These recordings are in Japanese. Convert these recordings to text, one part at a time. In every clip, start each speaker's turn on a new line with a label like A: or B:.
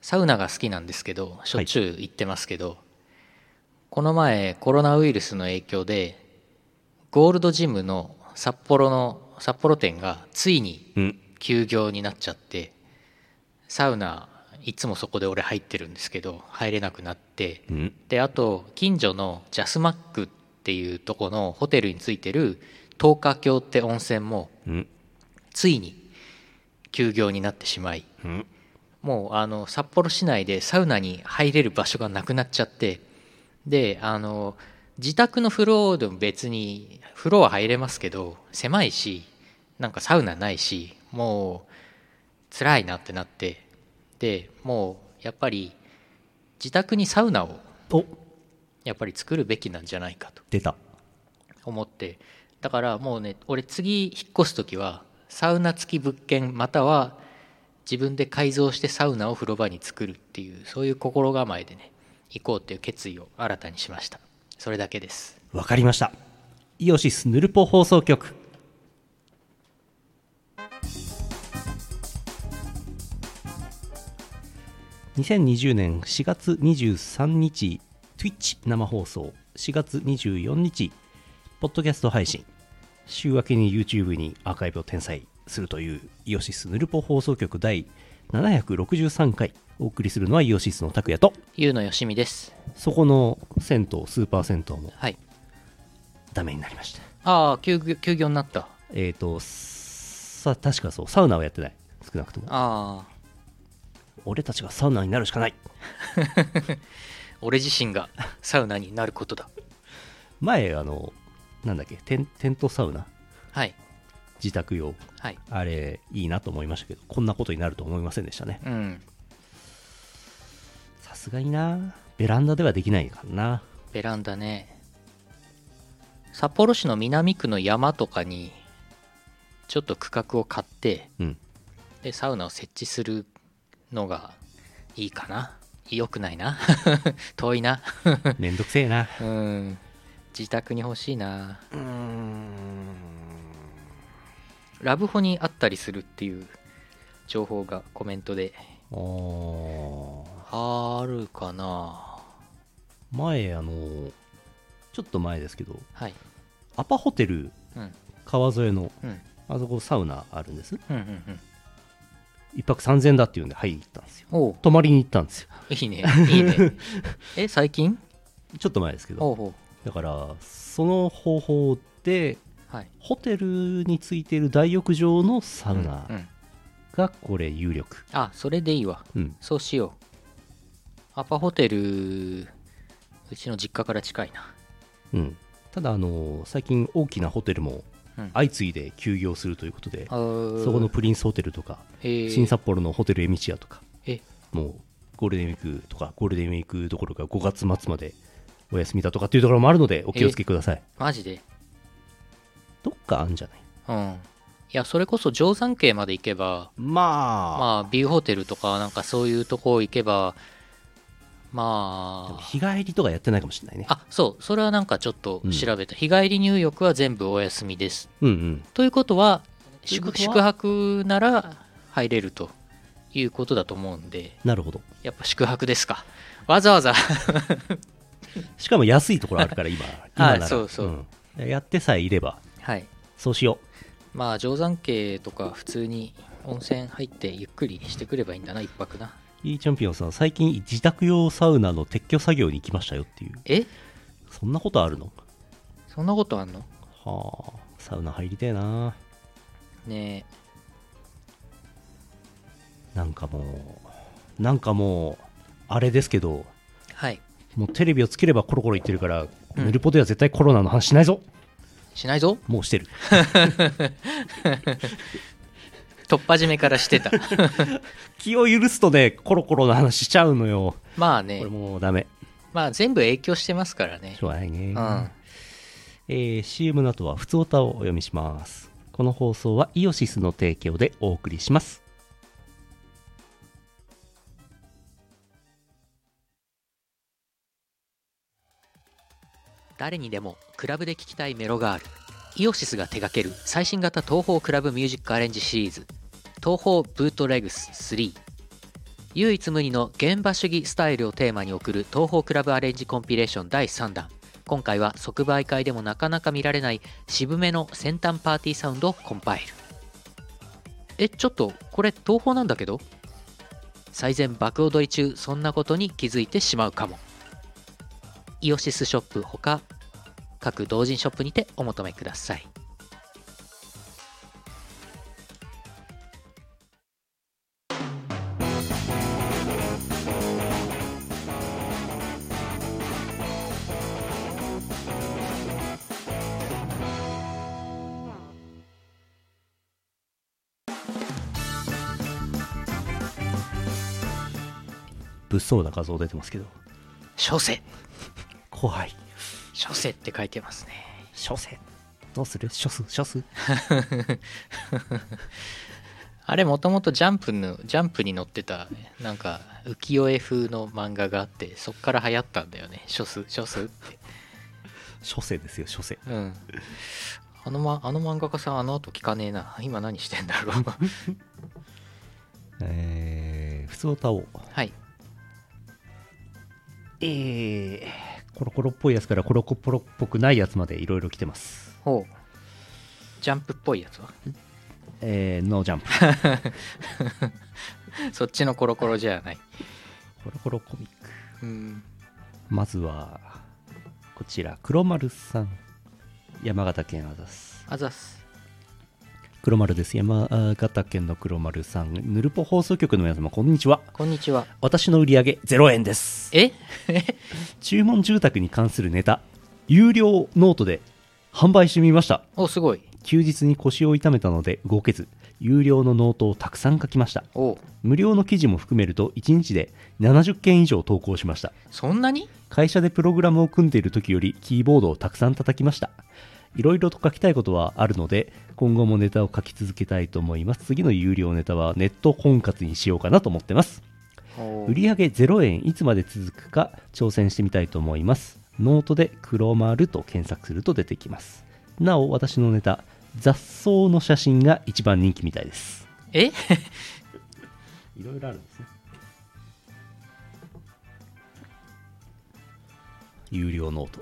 A: サウナが好きなんですけどしょっちゅう行ってますけど、この前コロナウイルスの影響でゴールドジムの札幌の札幌店がついに
B: うん
A: 休業になっちゃってサウナいつもそこで俺入ってるんですけど入れなくなって
B: うん
A: であと近所のジャスマックっていうとこのホテルについてる十日峡って温泉も
B: うん
A: ついに休業になってしまい
B: うん
A: もうあの札幌市内でサウナに入れる場所がなくなっちゃってであの自宅の風呂でも別に風呂は入れますけど狭いしなんかサウナないしもう辛いなってなってでもうやっぱり自宅にサウナを
B: お
A: やっぱり作るべきなんじゃないかと
B: 出た
A: 思ってだからもうね俺次引っ越す時はサウナ付き物件または自分で改造してサウナを風呂場に作るっていうそういう心構えでね行こうっていう決意を新たにしましたそれだけです
B: わかりましたイオシスヌルポ放送局2020年4月23日 Twitch 生放送4月24日ポッドキャスト配信週明けに YouTube にアーカイブを転載するというイオシスヌルポ放送局第763回お送りするのはイオシスの拓也と
A: ゆうのよしみです
B: そこの銭湯スーパー銭湯も
A: はい
B: ダメになりました
A: ああ休業休業になった
B: えっ、と、さ、確かそう、サウナはやってない。少なくとも。
A: ああ
B: 俺たちがサウナになるしかない。
A: 俺自身がサウナになることだ
B: 前、あの、なんだっけ、テンテントサウナ
A: はい
B: 自宅用。
A: はい
B: あれ、いいなと思いましたけど、こんなことになると思いませんでしたね。
A: うん
B: さすがにな。ベランダではできないからな。
A: ベランダね札幌市の南区の山とかにちょっと区画を買って
B: うん。
A: でサウナを設置するのがいいかな良くない な遠いな
B: めんどくせえな。
A: うん自宅に欲しいなラブホにあったりするっていう情報がコメントで
B: おー
A: あるかな
B: 前、あの、ちょっと前ですけど、
A: はい
B: アパホテル
A: うん
B: 川沿いの、
A: うん
B: あそこサウナあるんです。
A: うんうんうん
B: 一泊3000だっていうんで入りに行ったんですよ。
A: おう
B: 泊まりに行ったんですよ。
A: いいねいいね え最近
B: ちょっと前ですけど、
A: おうおう
B: だから、その方法で、
A: はい
B: ホテルについている大浴場のサウナ
A: うんうん
B: がこれ有力。
A: あそれでいいわ
B: うん。
A: そうしようアパホテルうちの実家から近いな
B: うん。ただ、あのー最近大きなホテルも
A: うん
B: 相次いで休業するということで、
A: あー
B: そこのプリンスホテルとか、
A: えー
B: 新札幌のホテルエミチアとか、
A: え
B: もうゴールデンウィークとか、ゴールデンウィークどころか5月末までお休みだとかっていうところもあるので、お気をつけください。
A: マジで
B: どっかあるんじゃない
A: うんいやそれこそ定山渓まで行けば
B: まあ、
A: まあビューホテルとかなんかそういうとこ行けば
B: でも
A: まあ
B: 日帰りとかやってないかもしれないね。
A: あそうそれはなんかちょっと調べた、日帰り入浴は全部お休みです
B: うんうん。
A: ということは
B: ということ
A: 宿
B: は
A: 宿泊なら入れるということだと思うんで
B: なるほど。
A: やっぱ宿泊ですかわざわざ
B: しかも安いところあるから今今なら
A: そうそうん
B: やってさえいれば
A: はい
B: そうしよ
A: まあ定山渓とか普通に温泉入ってゆっくりしてくればいいんだな一泊な
B: ういいチャンピオンさん最近自宅用サウナの撤去作業に行きましたよっていう
A: え
B: そんなことあるの
A: そんなことあんの
B: はあサウナ入りたいな
A: ね
B: なんかもうなんかもうあれですけど
A: えはい
B: もうテレビをつければコロコロ言ってるから、
A: うん
B: ヌルポでは絶対コロナの話しないぞ
A: しないぞ
B: もうしてる
A: 突破締めからしてた
B: 気を許すとねコロコロの話しちゃうのよ
A: まあ
B: こ
A: ね
B: れもうダメ
A: まあ全部影響してますからね
B: しょうがないね、
A: うん
B: えー CM の後は普通歌をお読みしますこの放送はイオシスの提供でお送りします
A: 誰にでもクラブで聴きたいメロがあるイオシスが手掛ける最新型東宝クラブミュージックアレンジシリーズ東宝ブートレグス3唯一無二の現場主義スタイルをテーマに送る東宝クラブアレンジコンピレーション第3弾今回は即売会でもなかなか見られない渋めの先端パーティーサウンドをコンパイルえちょっとこれ東宝なんだけど最前爆踊り中そんなことに気づいてしまうかもイオシスショップほか各同人ショップにてお求めください
B: 物騒な画像出てますけど
A: 小生
B: 怖い
A: 小生って書いてますね
B: 書生どうする書数書数
A: あれもともとジャンプのジャンプに載ってたなんか浮世絵風の漫画があってそっから流行ったんだよね書数書数って
B: 書生ですよ書生
A: うんあの,、ま、あの漫画家さんあの後聞かねえな今何してんだろう
B: えー、普通歌を
A: はい
B: えー、コロコロっぽいやつからコロコロっぽくないやつまでいろいろ来てます
A: ほうジャンプっぽいやつは
B: えー、ノージャンプ
A: そっちのコロコロじゃない
B: コロコロコミック
A: うん
B: まずはこちら黒丸さん山形県アザス
A: あざっす
B: 黒丸です山形県の黒丸さんヌルポ放送局の皆様こんにちは
A: こんにちは
B: 私の売り上げ0円です
A: え
B: 注文住宅に関するネタ有料ノートで販売してみました
A: おすごい
B: 休日に腰を痛めたので動けず有料のノートをたくさん書きました
A: おう
B: 無料の記事も含めると1日で70件以上投稿しました
A: そんなに
B: 会社でプログラムを組んでいる時よりキーボードをたくさん叩きましたいろいろと書きたいことはあるので今後もネタを書き続けたいと思います次の有料ネタはネット婚活にしようかなと思ってます
A: おう
B: 売上0円いつまで続くか挑戦してみたいと思いますノートで「黒丸」と検索すると出てきますなお私のネタ雑草の写真が一番人気みたいです
A: え
B: いろいろあるんですね有料ノート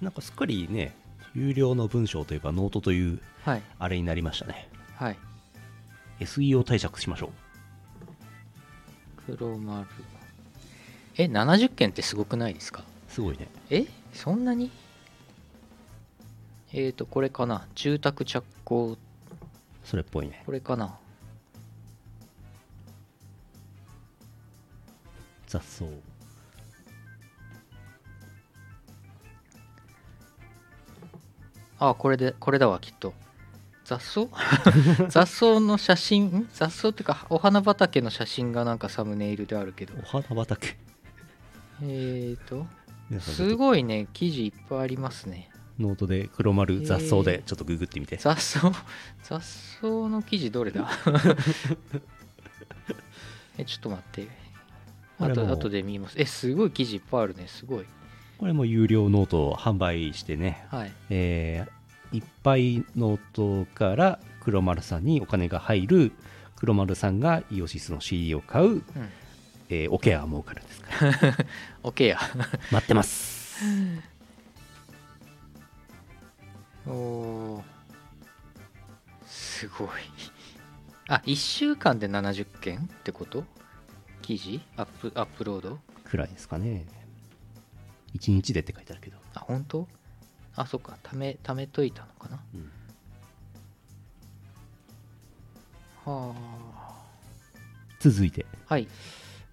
B: なんかすっかりね有料の文章というかノートという
A: はい
B: あれになりましたね
A: はい
B: SEO 対策しましょう
A: 黒丸え70件ってすごくないですか
B: すごいね
A: えそんなにえっ、ー、とこれかな住宅着工
B: それっぽいね
A: これかな
B: 雑草
A: あこれでこれだわきっと雑草 雑草の写真ん雑草っていうかお花畑の写真がなんかサムネイルであるけど
B: お花畑
A: えっ、ー、と
B: 皆さんちょっ
A: す
B: と
A: ごいね記事いっぱいありますね
B: ノートで黒丸雑草でちょっとググってみて、
A: 雑草雑草の記事どれだ えちょっと待って
B: こ
A: あ
B: れも
A: と後で見ますえすごい記事いっぱいあるねすごい
B: これも有料ノートを販売してね、
A: はい
B: えーいっぱいノートから黒丸さんにお金が入る黒丸さんがイオシスの CD を買う、
A: うん
B: えー、おケアは儲かるんですから
A: OK や
B: 待ってます
A: おーすごいあ1週間で70件ってこと記事アップアップロード
B: くらいですかね1日でって書いてあるけど、
A: あ本当あそっかためためといたのかな
B: うん
A: は
B: 続いて、
A: あはい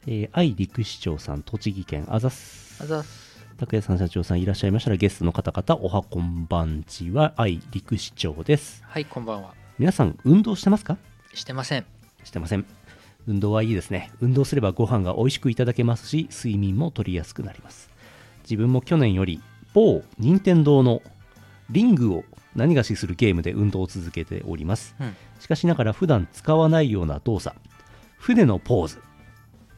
B: えー愛陸市長さん栃木県あざっす
A: あざっす
B: 拓也さん社長さんいらっしゃいましたらゲストの方々おはこんばんちは愛陸市長です
A: はいこんばんは
B: 皆さん運動してますか
A: してません
B: してません運動はいいですね運動すればご飯が美味しくいただけますし睡眠も取りやすくなります自分も去年より某任天堂のリングを何がしするゲームで運動を続けております
A: うん
B: しかしながら普段使わないような動作船のポーズ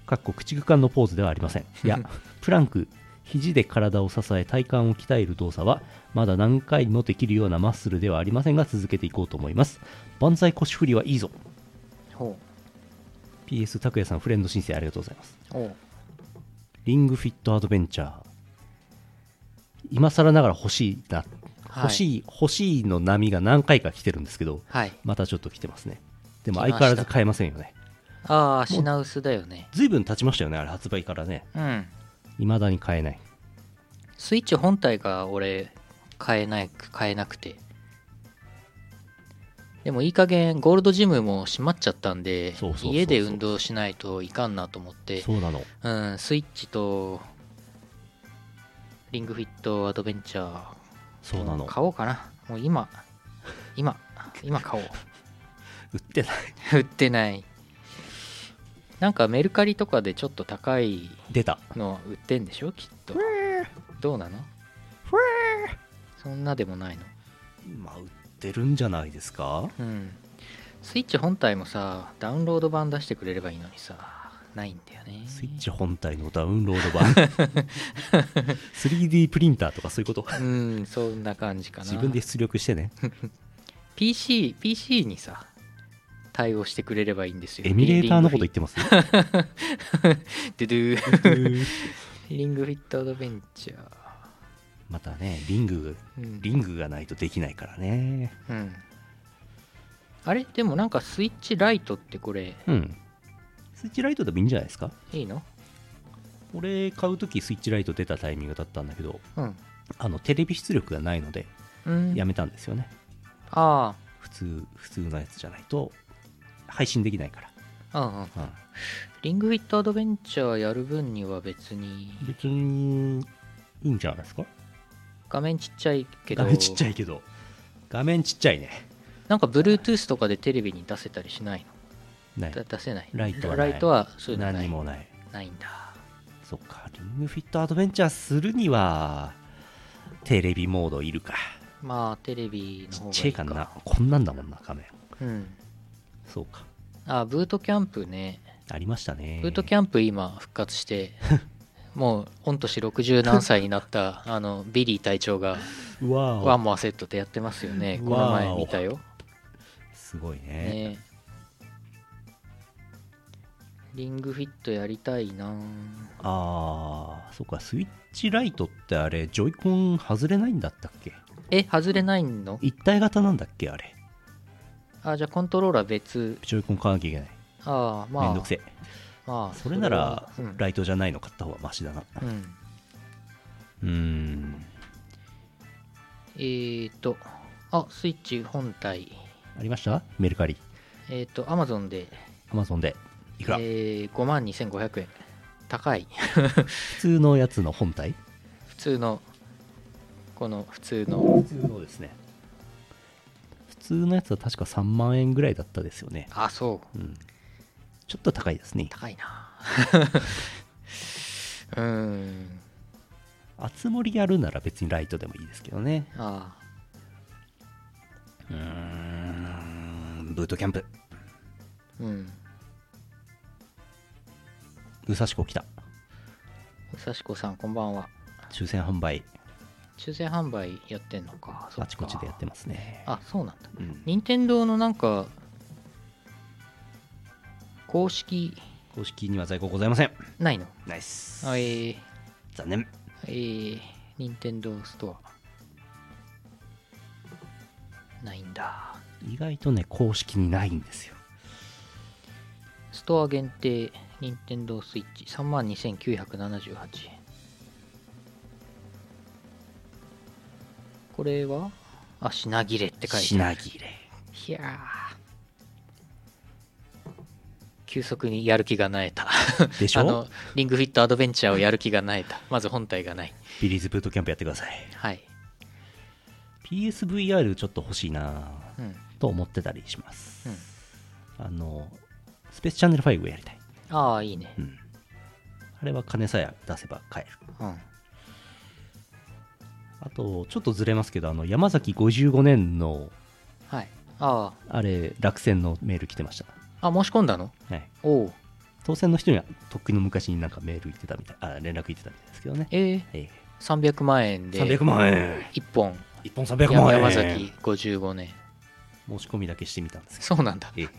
B: かっこ駆逐艦のポーズではありませんいやプランク肘で体を支え体幹を鍛える動作はまだ何回もできるようなマッスルではありませんが続けていこうと思います万歳腰振りはいいぞ
A: ほ
B: PS 拓也さんフレンド申請ありがとうございます
A: おう
B: リングフィットアドベンチャー今更ながら欲しいな、
A: はい
B: 欲しい欲しいの波が何回か来てるんですけど
A: はい
B: またちょっと来てますねでも
A: 来ました
B: 相変わらず買えませんよね
A: ああ品薄だよね
B: ずいぶん経ちましたよねあれ発売からね
A: うん
B: 未だに買えない
A: スイッチ本体が俺買えない買えなくてでもいい加減ゴールドジムも閉まっちゃったんで
B: そうそうそうそう
A: 家で運動しないといかんなと思って
B: そうなの
A: うんスイッチとリングフィットアドベンチャー
B: そうなの
A: 買おうかなもう今今今買お
B: 売ってない う
A: 売ってないなんかメルカリとかでちょっと高い
B: 出た
A: の売ってんでしょきっとどうなのそんなでもないの
B: まあ売ってるんじゃないですか
A: うんスイッチ本体もさダウンロード版出してくれればいいのにさないんだよね
B: スイッチ本体のダウンロード版 3D プリンターとかそういうこと
A: うんそんな感じかな
B: 自分で出力してね
A: PCPC にさ対応してくれればいいんですよ
B: エミュレーターのこと言ってます
A: てドゥドゥリングフィットアドベンチャー
B: またねリング
A: うん
B: リングがないとできないからね
A: うんあれでもなんかスイッチライトってこれ
B: うんスイッチライトでもいいんじゃないですか
A: いいの
B: 俺買う時スイッチライト出たタイミングだったんだけど
A: うん
B: あのテレビ出力がないので
A: うん
B: やめたんですよね
A: あ
B: 普通普通のやつじゃないと配信できないか
A: あうんうん
B: ら、うん、
A: リングフィットアドベンチャーやる分には別に
B: 別にいいんじゃないですか
A: 画面ちっちゃいけど
B: 画面ちっちゃいけど画面ちっちゃいね
A: なんか Bluetooth とかでテレビに出せたりしない
B: ない
A: のだ出せない
B: ライトはな
A: ラ
B: い
A: イトはそういうのな
B: 何
A: い
B: にもない
A: ないんだ
B: そっかリングフィットアドベンチャーするにはテレビモードいるか
A: まあテレビの方がい
B: ちっ
A: い
B: ちゃいかなこんなんだもんな画面
A: うん
B: そうか
A: あブートキャンプね
B: ありましたね
A: ブートキャンプ今復活して もう御年60何歳になったあのビリー隊長が
B: うわー
A: ワンモアセットでやってますよねこの前見たよ
B: すごいね
A: ねリングフィットやりたいな
B: あーそっかスイッチライトってあれジョイコン外れないんだったっけ
A: え外れないの
B: 一体型なんだっけあれ
A: あじゃあコントローラー別
B: ジョイコン買わなきゃいけない、
A: ああまあ
B: めんどくせえ
A: まあ
B: それなら
A: それは
B: ライトじゃないの買った方がマシだな
A: うん、うん
B: うーん
A: えー、とあスイッチ本体
B: ありましたメルカリ
A: えっ、ー、とアマゾンで、
B: アマゾンでい
A: え
B: くら、
A: ー、5万2500円高い
B: 普通のやつの本体
A: 普通のこの普通の
B: 普通のですね普通のやつは確か3万円ぐらいだったですよね
A: あそう
B: うんちょっと高いですね
A: 高いな うーん
B: 熱盛やるなら別にライトでもいいですけどね
A: あ
B: うーんブートキャンプ
A: ーうん
B: 武蔵小来た
A: 武蔵子さんこんばんは
B: 抽選販売
A: 抽選販売やってんのかそ
B: あ
A: か
B: ちこちでやってますね
A: あそうなんだ
B: うん
A: 任天堂のなんか公式
B: 公式には在庫ございません
A: ないの
B: ナイス
A: あえー、
B: 残念
A: えー、任天堂ストアないんだ
B: 意外とね公式にないんですよ
A: ストア限定任天堂スイッチ32,978円これはあ品切れって書いてある
B: 品切れ
A: いやー急速にやる気がなえた
B: で し
A: あ
B: ょ
A: のリングフィットアドベンチャーをやる気がなえたまず本体がない
B: ビリーズブートキャンプやってください
A: はい
B: PSVR ちょっと欲しいな
A: うん
B: と思ってたりします、
A: うん
B: あのスペースチャンネル5やりたい、
A: ああいいね
B: うん、あれは金さえ出せば買える
A: うん
B: あとちょっとずれますけどあの山崎55年の
A: はいあ
B: あれ落選のメール来てまし
A: ああ申し込んだの
B: た、はい、
A: おお
B: 当選の人にはとっくの昔になんかメール言ってたみたいあ連絡言ってたみたいですけどね、
A: え
B: ええ
A: ー、300万円で
B: 300万円
A: 1本
B: 1本300
A: や
B: 万円
A: 山崎55年
B: 申し込みだけしてみたんですけ
A: そうなんだ
B: ええ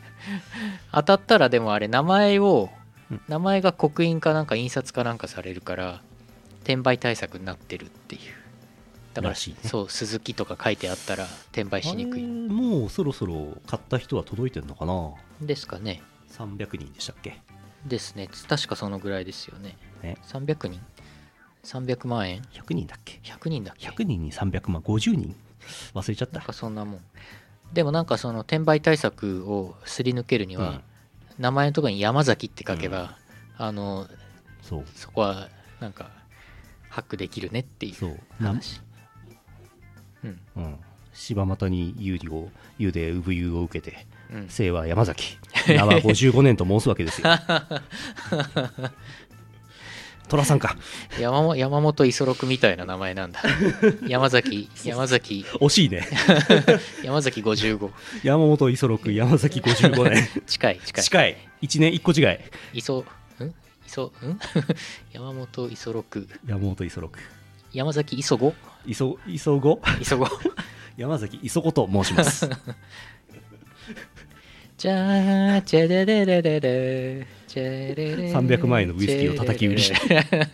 A: 当たったらでもあれ名前を
B: うん
A: 名前が刻印かなんか印刷かなんかされるから転売対策になってるっていうだから
B: らしいね
A: そう鈴木とか書いてあったら転売
B: ど
A: しにく
B: あ
A: い
B: れもうそろそろ買った人は届いてるのかな
A: ですかね
B: 300人でしたっけ
A: ですね確かそのぐらいですよね
B: ね
A: 300人300万円
B: 100人だっけ
A: 100人だっけ
B: 100人に300万50人忘れちゃっ
A: なん
B: た
A: かそんなもんでもなんかその転売対策をすり抜けるには、
B: うん
A: 名前のところに山崎って書けば、あの
B: そう
A: そこはなんかハックできるねってい
B: そううな
A: 話うん
B: うん柴又に有利を有で産湯を受けて
A: うん
B: 姓は山崎名は55年と申すわ けですよ寅さんか
A: 山本山本五十六みたいな名前なんだ山崎山崎
B: 惜しい ね
A: 山崎55
B: 山本五十六山崎55年
A: 近い近い
B: 近い1年1個違い
A: 磯ん磯ん山本五十六
B: 山本五十六
A: 山崎磯五
B: 磯磯子
A: 磯五
B: 山崎磯子と申します
A: じゃーチェレレレレレチェレレレ
B: 300万円のウイスキーを叩き売りし
A: チェレレレレ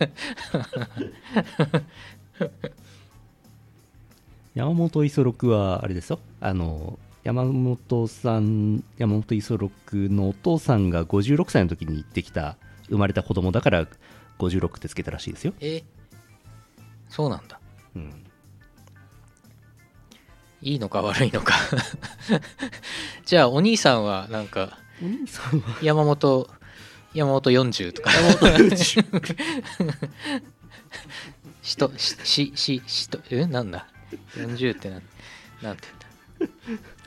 B: 山本五十六はあれですよあの山本さん山本五十六のお父さんが56歳の時にできた生まれた子供だから56ってつけたらしいですよ、
A: えそうなんだ
B: うん、
A: いいのか悪いのかじゃあお兄さんはなんか
B: お兄さ んは
A: 山本山本40とか しとししししとえなんだ40ってなんなんて言っ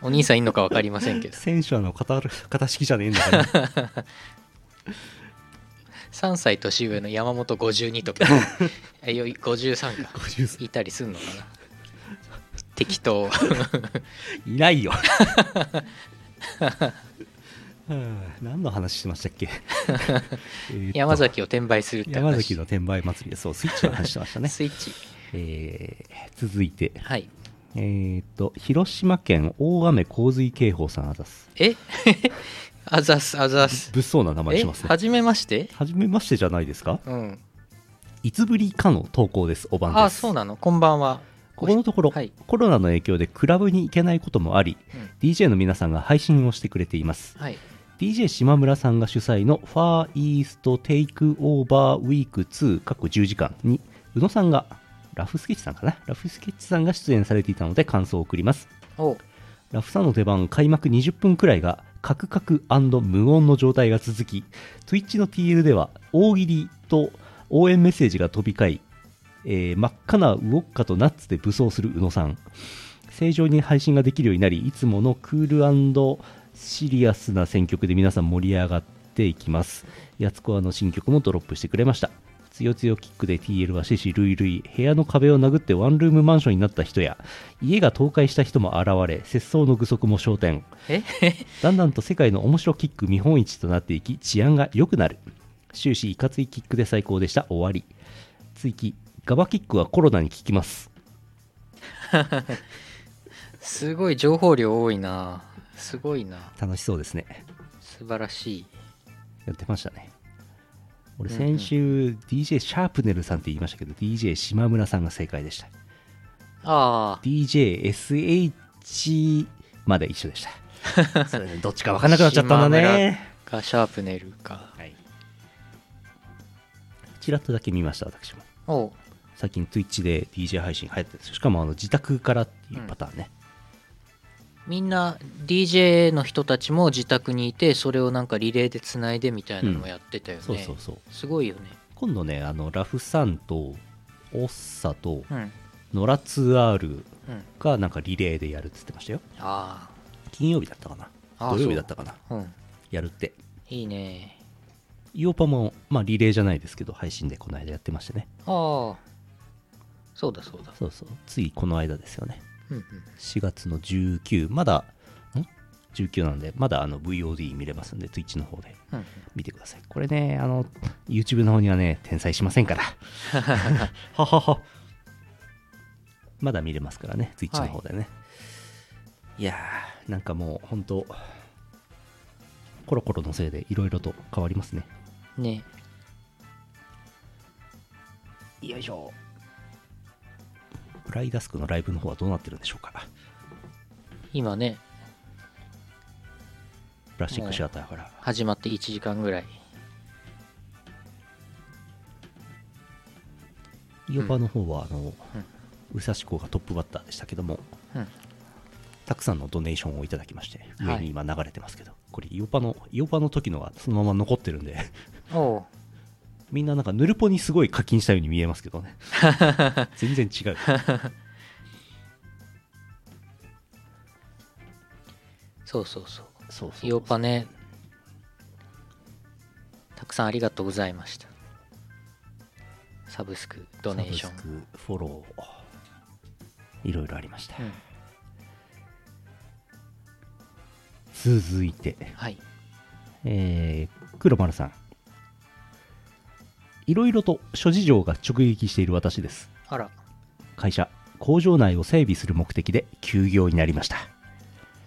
A: たお兄さんいんのか分かりませんけど
B: 戦車の型型式じゃねえんだから
A: 3歳年上の山本52とか えよい53か
B: 53
A: いたりすんのかな適当
B: いないよはあ 何の話してました っけえーっと
A: 山崎を転売するって話
B: 山崎の転売祭りで そうスイッチの話してましたね、
A: スイッチ
B: えー続いて
A: はい
B: えーっと広島県大雨洪水警報さんあざす
A: え あざっすあざっす
B: 物騒な名前
A: え
B: しますね
A: はじめまして
B: はじめましてじゃないですか
A: うん
B: いつぶりかの投稿ですおばんです
A: あそうなのこんばんは
B: ここのところ、
A: はい
B: コロナの影響でクラブに行けないこともあり、DJ の皆さんが配信をしてくれています
A: はい
B: DJ 島村さんが主催のファーイーストテイクオーバーウィーク2各10時間に宇野さんがラフスケッチさんかなラフスケッチさんが出演されていたので感想を送ります
A: お
B: ラフさんの出番開幕20分くらいがカクカク無音の状態が続き Twitch の TL では大喜利と応援メッセージが飛び交い、えー真っ赤なウォッカとナッツで武装する宇野さん正常に配信ができるようになりいつものクールシリアスな選曲で皆さん盛り上がっていきますやつこあの新曲もドロップしてくれましたつよつよキックで TL は獅子類類部屋の壁を殴ってワンルームマンションになった人や家が倒壊した人も現れ節操の具足も焦点
A: え
B: だんだんと世界の面白キック見本市となっていき治安が良くなる終始いかついキックで最高でした終わり追記ガバキックはコロナに効きます
A: すごい情報量多いなすごいな
B: 楽しそうですね
A: 素晴らしい
B: やってましたね俺
A: うんうん
B: 先週 DJ シャープネルさんって言いましたけど DJ 島村さんが正解でした
A: あ
B: DJSH まで一緒でした それねどっちか分かんなくなっちゃったんだね
A: あかシャープネルか
B: はいちらっとだけ見ました私も
A: おう
B: 最近 Twitch で DJ 配信流行ってるんですよしかもあの自宅からっていうパターンね、
A: みんな DJ の人たちも自宅にいてそれをなんかリレーでつないでみたいなのもやってたよね、
B: そうそうそう
A: すごいよね
B: 今度ねあのラフさんとオッサと
A: うん
B: ノラツアール
A: うん
B: がなんかリレーでやるって言ってましたよ
A: あ
B: 金曜日だったかな
A: あー
B: 土曜日だったかな
A: あうん
B: やるって
A: いいね
B: イオパも、まあ、リレーじゃないですけど配信でこの間やってましたね
A: ああそうだそうだ
B: そうそうついこの間ですよね
A: うんうん
B: 4月の19まだん19なんでまだあの VOD 見れますんで Twitch の方で
A: うんうん
B: 見てくださいこれねあの YouTube の方にはね転載しません からはははまだ見れますからね Twitch の方でね、い、やーなんかもう本当コロコロのせいでいろいろと変わりますね
A: ね
B: よいしょブライダスクのライブの方はどうなってるんでしょうか
A: 今ね
B: プラスチックシアターから
A: 始まって1時間ぐらい
B: イオパの方はあの、宇佐志向がトップバッターでしたけども
A: うん
B: たくさんのドネーションをいただきまして
A: はい
B: 上に今流れてますけど、これイオパのイオパの時のはそのまま残ってるんで
A: おう
B: みんななんかヌルポにすごい課金したように見えますけ どね全然違う
A: そうそうそう
B: そうそう
A: イオパねたくさんありがとうございましたサブスクドネーション
B: サブスクフォローいろいろありました、
A: うん
B: 続いて
A: はい
B: えー、黒丸さんいろいろと諸事情が直撃している私です
A: あら
B: 会社工場内を整備する目的で休業になりました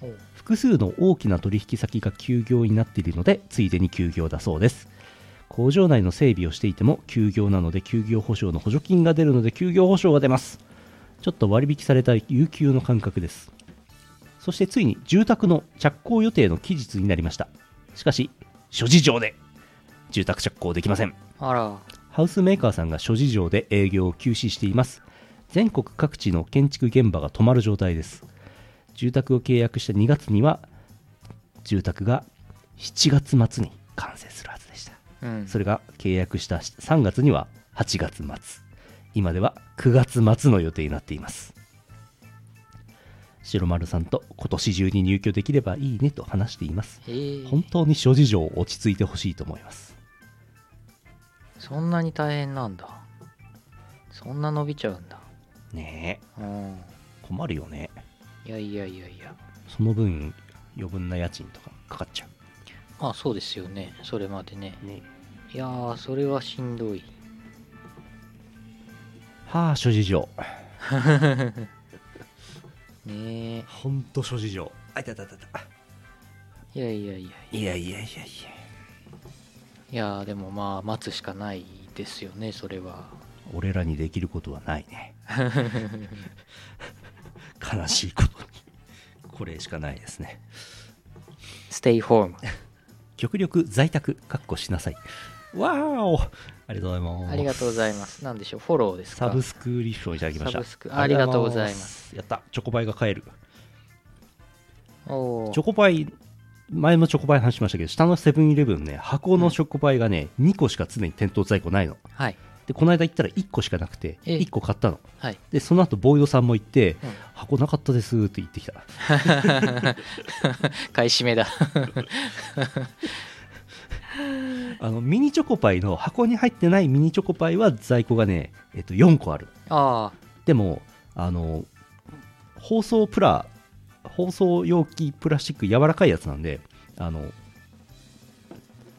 A: おう
B: 複数の大きな取引先が休業になっているのでついでに休業だそうです工場内の整備をしていても休業なので休業保証の補助金が出るので休業保証が出ますちょっと割引された有給の感覚ですそしてついに住宅の着工予定の期日になりましたしかし諸事情で住宅着工できません
A: あら
B: ハウスメーカーさんが諸事情で営業を休止しています。全国各地の建築現場が止まる状態です。住宅を契約した2月には、住宅が7月末に完成するはずでした。
A: うん
B: それが契約した3月には8月末。今では9月末の予定になっています。白丸さんと今年中に入居できればいいねと話しています。
A: えー
B: 本当に諸事情落ち着いてほしいと思います。
A: そんなに大変なんだそんな伸びちゃうんだ
B: ね
A: うん
B: え、困るよね。
A: いやいやいやいや
B: その分余分な家賃とかかかっちゃ
A: まあそうですよねそれまでね
B: うね
A: いやーそれはしんどい
B: はあ諸事情
A: ね
B: ほんと諸事情あいたたたた
A: えいやいやいや
B: いやいやいやいや
A: いやーでもまあ待つしかないですよねそれは
B: 俺らにできることはないね 悲しいことにこれしかないですね
A: ステイホーム
B: 極力在宅かっこしなさいわーおありがとうございます
A: ありがとうございますなんでしょうフォローですか
B: サブスクリプションいただきました
A: サブスクありがとうございます
B: ありがとうございやったチョコパイが買える
A: おー
B: チョコパイ、前もチョコパイの話しましたけど、下のセブンイレブンね、箱のチョコパイがね、2個しか常に店頭在庫ないの。
A: はい
B: で、この間行ったら1個しかなくて、
A: え
B: 1個買ったの。
A: はい
B: で、その後、ボイドさんも行って、
A: うん
B: 箱なかったですって言ってきた。
A: 買い占め だ
B: あの、ミニチョコパイの箱に入ってないミニチョコパイは在庫がね、えっと、4個ある。
A: ああ
B: でも、あの、包装プラ、包装容器プラスチック柔らかいやつなんで、あの、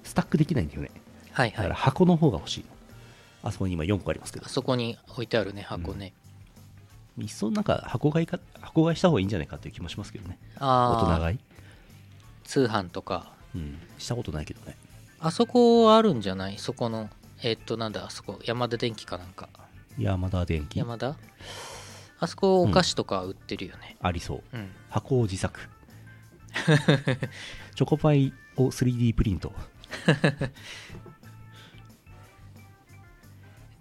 B: スタックできないんだよね。
A: はい
B: だ
A: は
B: か
A: い
B: ら箱の方が欲しいの。あそこに今4個ありますけど
A: あ。そこに置いてあるね箱ね、
B: いっそなんか箱買いか箱買いした方がいいんじゃないかっていう気もしますけどね大人
A: ああ
B: 買い、
A: 通販とか
B: うん、したことないけどね
A: あそこあるんじゃないそこのえっとなんだあそこ山田電機かなんか
B: 山田電機
A: 山田あそこお菓子とか売ってるよね
B: ありそう
A: うん、
B: 箱を自作 チョコパイを 3D プリント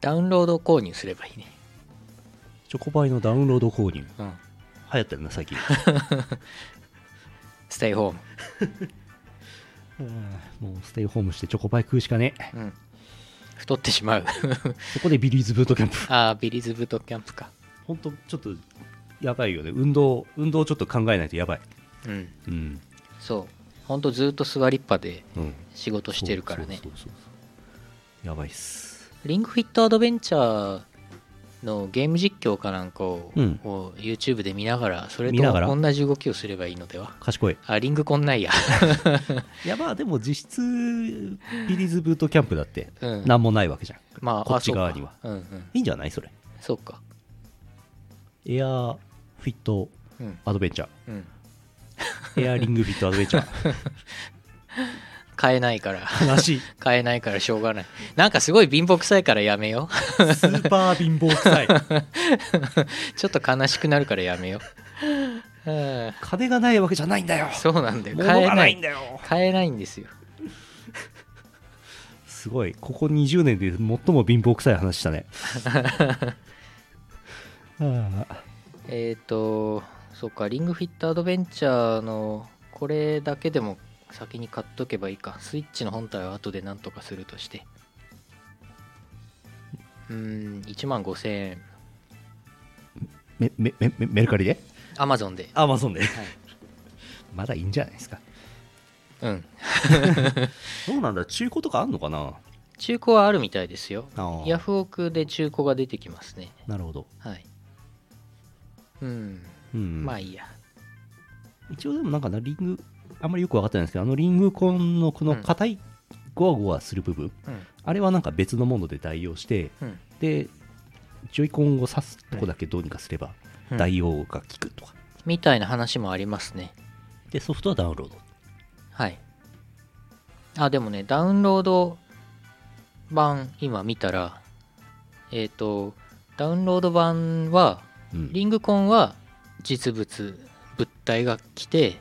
A: ダウンロード購入すればいいね
B: チョコパイのダウンロード購入流
A: うん
B: 行ってるな 最近
A: ステイホーム
B: うんもうステイホームしてチョコパイ食うしかねえ
A: うん太ってしま う
B: そこでビリーズブートキャンプ
A: ああビリーズブートキャンプか
B: 本当ちょっとやばいよね運動運動ちょっと考えないとやばい
A: うん
B: うん、
A: そうほんとずっと座りっぱで
B: うん、
A: 仕事してるからね
B: そうそうそうそうやばいっす
A: リングフィットアドベンチャーのゲーム実況かなんかを,を、
B: うん
A: YouTube で見ながらそれ
B: 見ながら
A: と同じ動きをすればいいのでは
B: 賢い
A: あリングこん ないや
B: いやまあでも実質ビリーズブートキャンプだって
A: うん
B: 何もないわけじゃん、
A: まあ
B: こっち
A: あそうか
B: 側には
A: うんうん
B: いいんじゃないそれ
A: そうか
B: エアーフィット
A: うん
B: アドベンチャー
A: うん
B: エアリングフィットアドベンチャー
A: 買えないから
B: 悲しい
A: 買えないからしょうがないなんかすごい貧乏くさいからやめよ
B: スーパー貧乏くさいう
A: ちょっと悲しくなるからやめよううん
B: 金がないわけじゃないんだよ
A: そうなんだよ
B: 物
A: 買え
B: が
A: な
B: ないん
A: い
B: だよ
A: 買えないんですよ
B: すごいここ20年で最も貧乏くさい話した ねああ
A: えっ、とそうかリングフィットアドベンチャーのこれだけでも先に買っとけばいいかスイッチの本体は後で何とかするとしてうーん1万5000円
B: めめめめメルカリで
A: アマゾンで
B: アマゾンで
A: はい
B: まだいいんじゃないですか
A: うん
B: そうなんだ中古とかあんのかな
A: 中古はあるみたいですよ
B: ああ
A: ヤフオクで中古が出てきますね
B: なるほど、
A: はいうん
B: うん
A: まあいいや
B: 一応でもなんかなリングあんまりよく分かってないんですけどあのリングコンのこの硬いゴワゴワする部分、
A: うん
B: あれはなんか別のもので代用して
A: うん
B: でジョイコンを挿すとこだけどうにかすれば
A: うん
B: 代用が効くとか、
A: みたいな話もありますね
B: でソフトはダウンロード
A: はい。あ、でもね、ダウンロード版、今見たら、えっ、と、ダウンロード版は、
B: うん
A: リングコンは実物、物体が来て、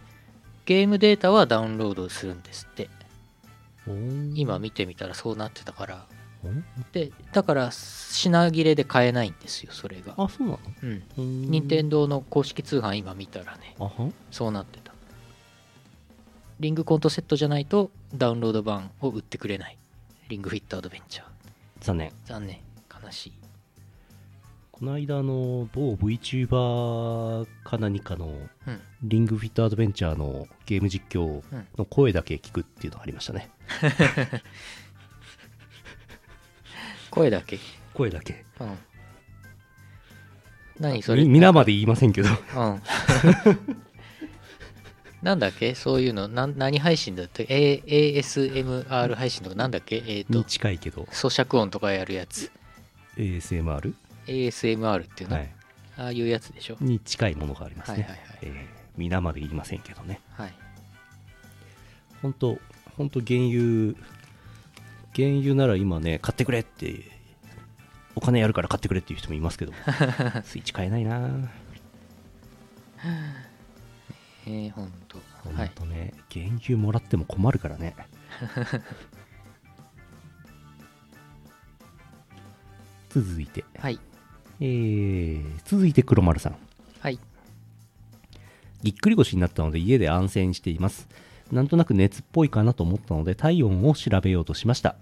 A: ゲームデータはダウンロードするんですって。
B: おー
A: 今見てみたらそうなってたから。
B: おー
A: で、だから、品切れで買えないんですよ、それが。
B: あそうなの
A: うん。任
B: 任
A: 天堂の公式通販今見たらね、
B: あは
A: そうなってた。リングコントセットじゃないとダウンロード版を売ってくれない。リングフィットアドベンチャー。
B: 残念
A: 残念。悲しい。
B: この間あの某 VTuber か何かの
A: うん。
B: リングフィットアドベンチャーのゲーム実況
A: うん
B: の声だけ聞くっていうのがありましたね
A: 声だけ。
B: 声だけ
A: うん。何それ。
B: み
A: うん。
B: 皆まで言いませんけど
A: なんだっけそういうの。なん何配信だって A- ?ASMR 配信とかなんだっけえっ、
B: に
A: と、
B: 近いけど
A: 咀嚼音とかやるやつ。
B: ASMR、
A: ASMR っていうの、
B: はい、
A: ああいうやつでしょ。
B: に近いものがありますね、
A: はいはいはい
B: えー皆まで言いませんけどね
A: はい。
B: 本当本当原油原油なら今ね買ってくれってお金やるから買ってくれっていう人もいます けどスイッチ買えないな
A: えー、ほんと。は
B: 本
A: い。
B: 当ね、原油もらっても困るからね 続いて、
A: はい。
B: えー続いて黒丸さん
A: はい。
B: ぎっくり腰になったので家で安静にしていますなんとなく熱っぽいかなと思ったので体温を調べようとしました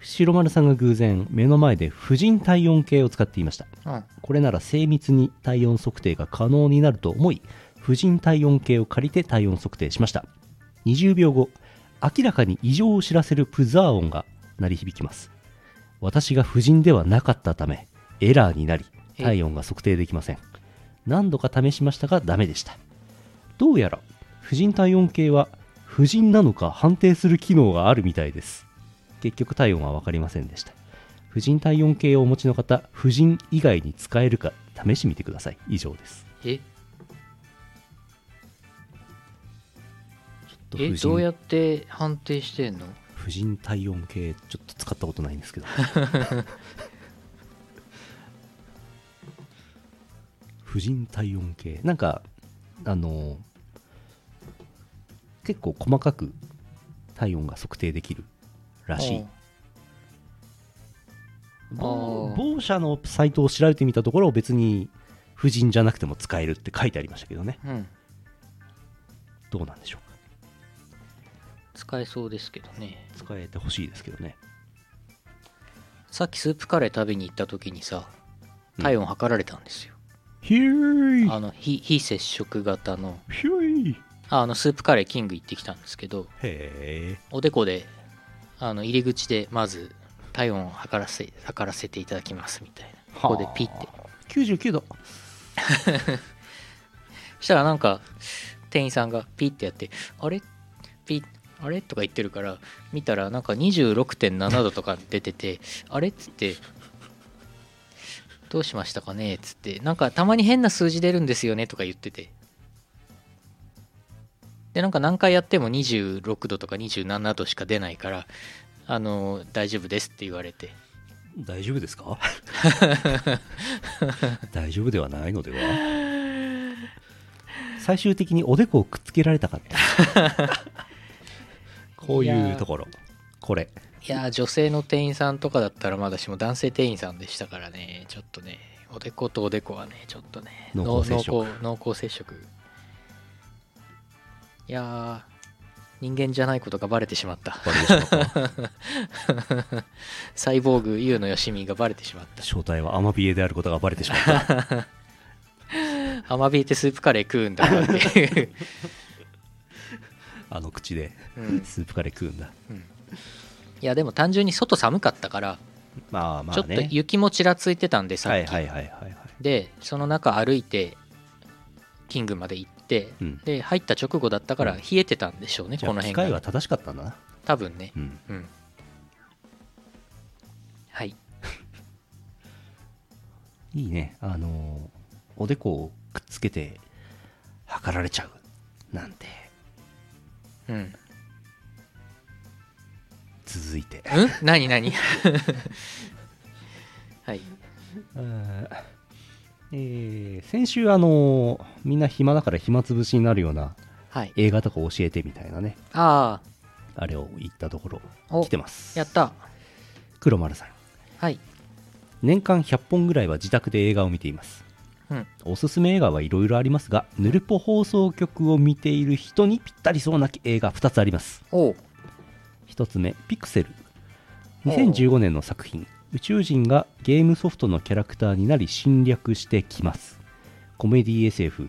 B: 白丸さんが偶然目の前で婦人体温計を使っていました
A: うん。
B: これなら精密に体温測定が可能になると思い婦人体温計を借りて体温測定しました20秒後明らかに異常を知らせるプザー音が鳴り響きます私が婦人ではなかったためエラーになり
A: え
B: 体温が測定できません何度か試しましたがダメでしたどうやら婦人体温計は婦人なのか判定する機能があるみたいです結局体温は分かりませんでした婦人体温計をお持ちの方婦人以外に使えるか試してみてください以上です
A: え
B: ちょっと
A: え
B: 婦人
A: どうやって判定してんの
B: 婦人体温計ちょっと使ったことないんです けど婦人体温計なんかあの結構細かく体温が測定できるらしい某
A: あー
B: 某社のサイトを調べてみたところ別に婦人じゃなくても使えるって書いてありましたけどね
A: うんうん
B: どうなんでしょうか
A: 使えそうですけどね
B: 使えてほしいですけどね
A: さっきスープカレー食べに行った時にさ
B: うん
A: 体温測られたんですよ、
B: ひゅー
A: あ
B: い
A: の非非接触型の
B: ひゅーい
A: ああのスープカレーキング行ってきたんですけど
B: へえ
A: おでこであの入り口でまず体温を測らせ測らせていただきますみたいなここでピッて
B: 99度
A: そしたらなんか店員さんがピッてやって「あれピッあれ?」とか言ってるから見たらなんか26.7度とか出てて「あれ?」っつって「どうしましたかね?」っつって「なんかたまに変な数字出るんですよね」とか言っててでなんか何回やっても26度とか27度しか出ないからあの大丈夫ですって言われて
B: 大丈夫です か大丈夫ではないのでは最終的におでこをくっつけられたかった こういうところこれ
A: いやー女性の店員さんとかだったらまだしも男性店員さんでしたからねちょっとねおでことおでこはねちょっとね
B: 濃厚接触
A: 濃濃厚濃厚接触いやー人間じゃないことがバレてしまった
B: バレてしまった
A: サイボーグ U のよしみがバレてしまった
B: 正体はアマビエであることがバレてしまった
A: アマビエってスープカレー食うんだなっていう
B: あの口で
A: うん
B: スープカレー食うんだ、
A: いやでも単純に外寒かったから
B: まあま
A: ちょ
B: あ
A: っと
B: ね
A: 雪もちらついてたんでさっき、
B: はいはいはいはいはい
A: でその中歩いてキングまで行って、
B: うん
A: で入った直後だったから
B: うん
A: 冷えてたんでしょうね、
B: じゃ
A: こ
B: あ
A: の
B: 機
A: 辺
B: 械
A: が
B: は正しかったんだな
A: 多分ね
B: うん
A: うんはい
B: いいねあのーおでこをくっつけて測られちゃうなんて
A: うん
B: 続いて
A: うん何何 はい
B: えー先週あのーみんな暇だから暇つぶしになるような
A: はい
B: 映画とか教えてみたいなね
A: あ
B: あれを言ったところ
A: お
B: 来てます
A: あやった
B: 黒丸さん
A: はい
B: 年間100本ぐらいは自宅で映画を見ています
A: うん
B: おすすめ映画はいろいろありますがヌルポ放送局を見ている人にぴったりそうな映画2つあります
A: おう
B: 1つ目ピクセル
A: おう
B: 2015年の作品宇宙人がゲームソフトのキャラクターになり侵略してきますコメディ SF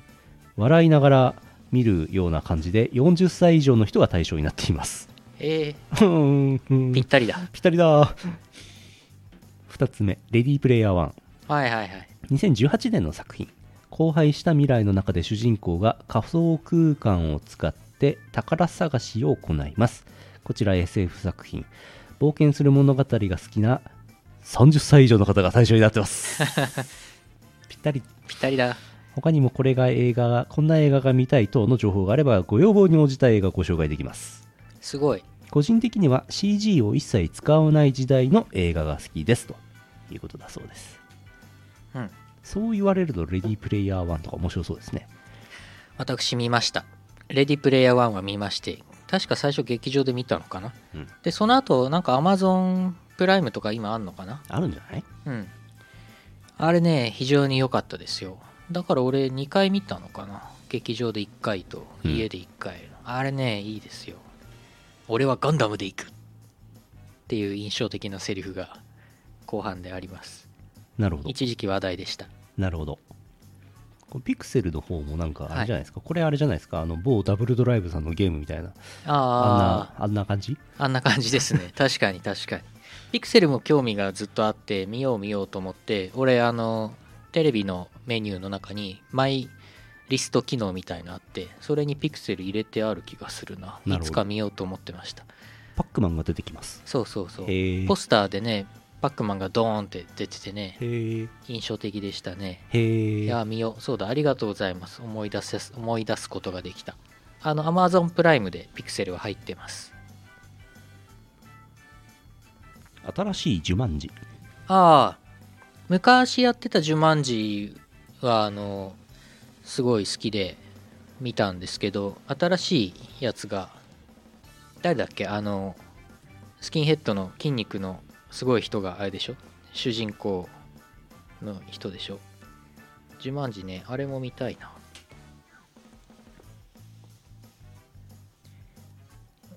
B: 笑いながら見るような感じで40歳以上の人が対象になっています
A: え
B: ふんふん
A: ー、ぴったりだ
B: ぴったりだ2つ目レディープレイヤー1
A: はいはいはい
B: 2018年の作品荒廃した未来の中で主人公が仮想空間を使って宝探しを行いますこちら SF 作品冒険する物語が好きな30歳以上の方が対象になってますぴったり
A: ぴったりだ
B: 他にもこれが映画がこんな映画が見たい等の情報があればご要望に応じた映画をご紹介できます
A: すごい
B: 個人的には CG を一切使わない時代の映画が好きですということだそうです
A: うん
B: そう言われるとレディープレイヤー1とか面白そうですね
A: 私見ましたレディプレイヤー1は見まして確か最初劇場で見たのかな、
B: うん
A: でその後なんかアマゾンプライムとか今あんのかな
B: あるんじゃない
A: うんあれね非常に良かったですよだから俺2回見たのかな劇場で1回と
B: うん
A: 家で1回、あれねいいですよ俺はガンダムで行くっていう印象的なセリフが後半であります
B: なるほど
A: 一時期話題でした
B: なるほどこうピクセルの方もなんかあれじゃないですか、これあれじゃないですかあの某ダブルドライブさんのゲームみたいな
A: ああ
B: あんなあんな感じ
A: あんな感じです ね。確かに確かに。ピクセルも興味がずっとあって、見よう見ようと思って、俺、あの、テレビのメニューの中に、マイリスト機能みたいのあって、それにピクセル入れてある気がするな。
B: なるほ
A: い
B: ど
A: つか見ようと思ってました。
B: パックマンが出てきます
A: そうそうそう。
B: へえ
A: ポスターでね、パックマンがドーンって出ててね、
B: へえ
A: 印象的でしたね。い
B: へえ
A: や、見よう。そうだ、ありがとうございます。思い出せす、思い出すことができた。あの、Amazon プライムでピクセルは入ってます。
B: 新しいジュマンジ
A: ああ昔やってた「ジュマンジ」はあのすごい好きで見たんですけど新しいやつが誰だっけあのスキンヘッドの筋肉のすごい人があれでしょ主人公の人でしょジュマンジねあれも見たいな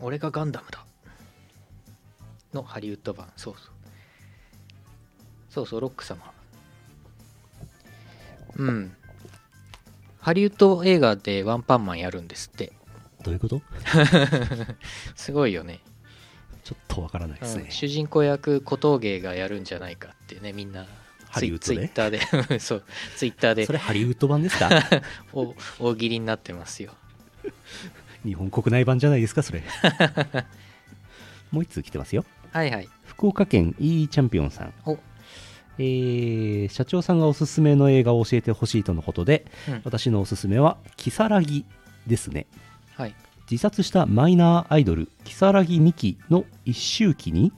A: 俺がガンダムだのハリウッド版そうそうそうそう、ロック様。うん。ハリウッド映画でワンパンマンやるんですって。
B: どういうこと
A: すごいよね。
B: ちょっとわからないです
A: う
B: ね
A: ん、主人公役、小峠がやるんじゃないかってね、みんな。
B: ハリウッドで
A: ツイツイッターで、 そう、ツイッターで
B: それハリウッド版です か
A: お大喜利になってますよ。
B: 日本国内版じゃないですかそ れもう一通来てますよ
A: はいはい。
B: 福岡県 E チャンピオンさん
A: お、
B: えー社長さんがおすすめの映画を教えてほしいとのことで、
A: うん
B: 私のおすすめは「キサラギ」ですね
A: はい。
B: 自殺したマイナーアイドル如月美希の一周期に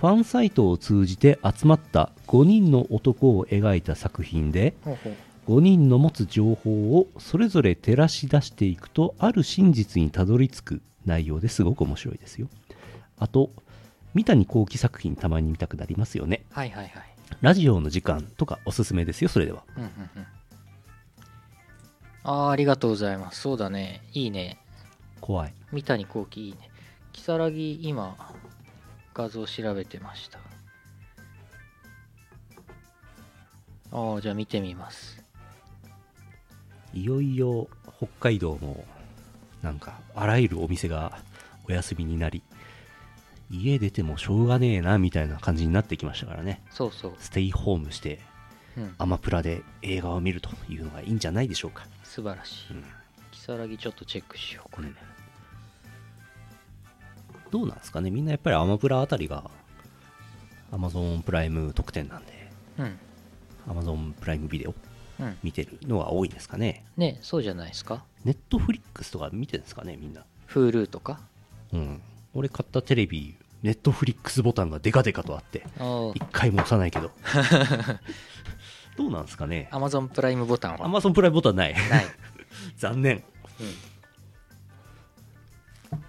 B: ファンサイトを通じて集まった5人の男を描いた作品で
A: ほうほう
B: 5人の持つ情報をそれぞれ照らし出していくとある真実にたどり着く内容ですごく面白いですよあと三谷幸喜作品たまに見たくなりますよね
A: はいはいはい
B: ラジオの時間とかおすすめですよそれでは
A: うんうんうんあーありがとうございますそうだねいいね
B: 怖い
A: 三谷幸喜いいね如月今画像調べてましたああじゃあ見てみます
B: いよいよ北海道もなんかあらゆるお店がお休みになり家出てもしょうがねえなみたいな感じになってきましたからね
A: そうそう、
B: ステイホームして
A: うん、
B: アマプラで映画を見るというのがいいんじゃないでしょうか、
A: 素晴らし
B: う
A: い
B: ん、
A: 如月ちょっとチェックしようこれ、
B: どうなんですかねみんなやっぱりアマプラあたりがアマゾンプライム特典なんで
A: うん
B: アマゾンプライムビデオ
A: うん
B: 見てるのが多いんですかね
A: ねそうじゃないですか
B: ネットフリックスとか見てるんですかねみんな
A: Hulu とか
B: うん俺買ったテレビネットフリックスボタンがデカデカとあって
A: あ
B: 一回も押さない けどどうなんですかね
A: あ Amazon プライムボタン
B: ア
A: は
B: マゾンプライムボタンない
A: ない、
B: 残念
A: うん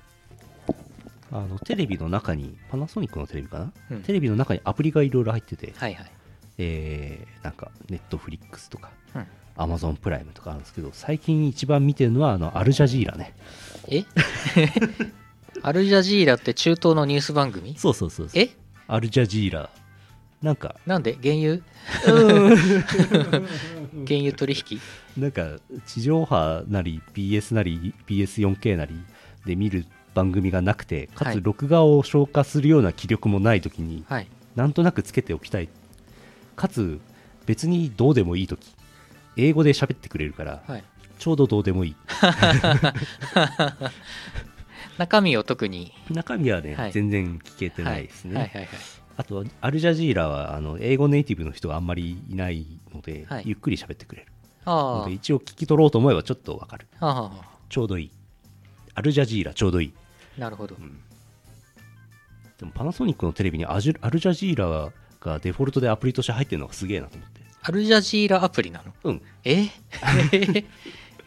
B: あのテレビの中にパナソニックのテレビかな、
A: うん
B: テレビの中にアプリがいろいろ入ってて、
A: はいはい、
B: えーなんかネットフリックスとか
A: うん、
B: アマゾンプライムとかあるんですけど最近一番見てるのはあのアルジャジーラね
A: え アルジャジーラって中東のニュース番組
B: そうそうそうそう
A: え
B: アルジャジーラなんか
A: なんで原油原油取引
B: なんか地上波なり BS なり BS4K なりで見る番組がなくてか
A: は
B: つ
A: い
B: 録画を消化するような気力もない時に、
A: はい
B: なんとなくつけておきたいかつ別にどうでもいい時英語で喋ってくれるから、
A: はい
B: ちょうどどうでもいい
A: 中身を特に
B: 中身はね、
A: はい
B: 全然聞けて
A: は
B: ないいですね、
A: はいはいはい
B: あとアルジャジーラはあの英語ネイティブの人があんまりいないので、
A: はい
B: ゆっくり喋ってくれる
A: あ
B: ので一応聞き取ろうと思えばちょっとわかる
A: あああ
B: ちょうどいいアルジャジーラちょうどいい
A: なるほど
B: でもパナソニックのテレビにアジュアルジャジーラがデフォルトでアプリとして入ってるのがすげえなと思って
A: アルジャジーラアプリなの
B: うん
A: え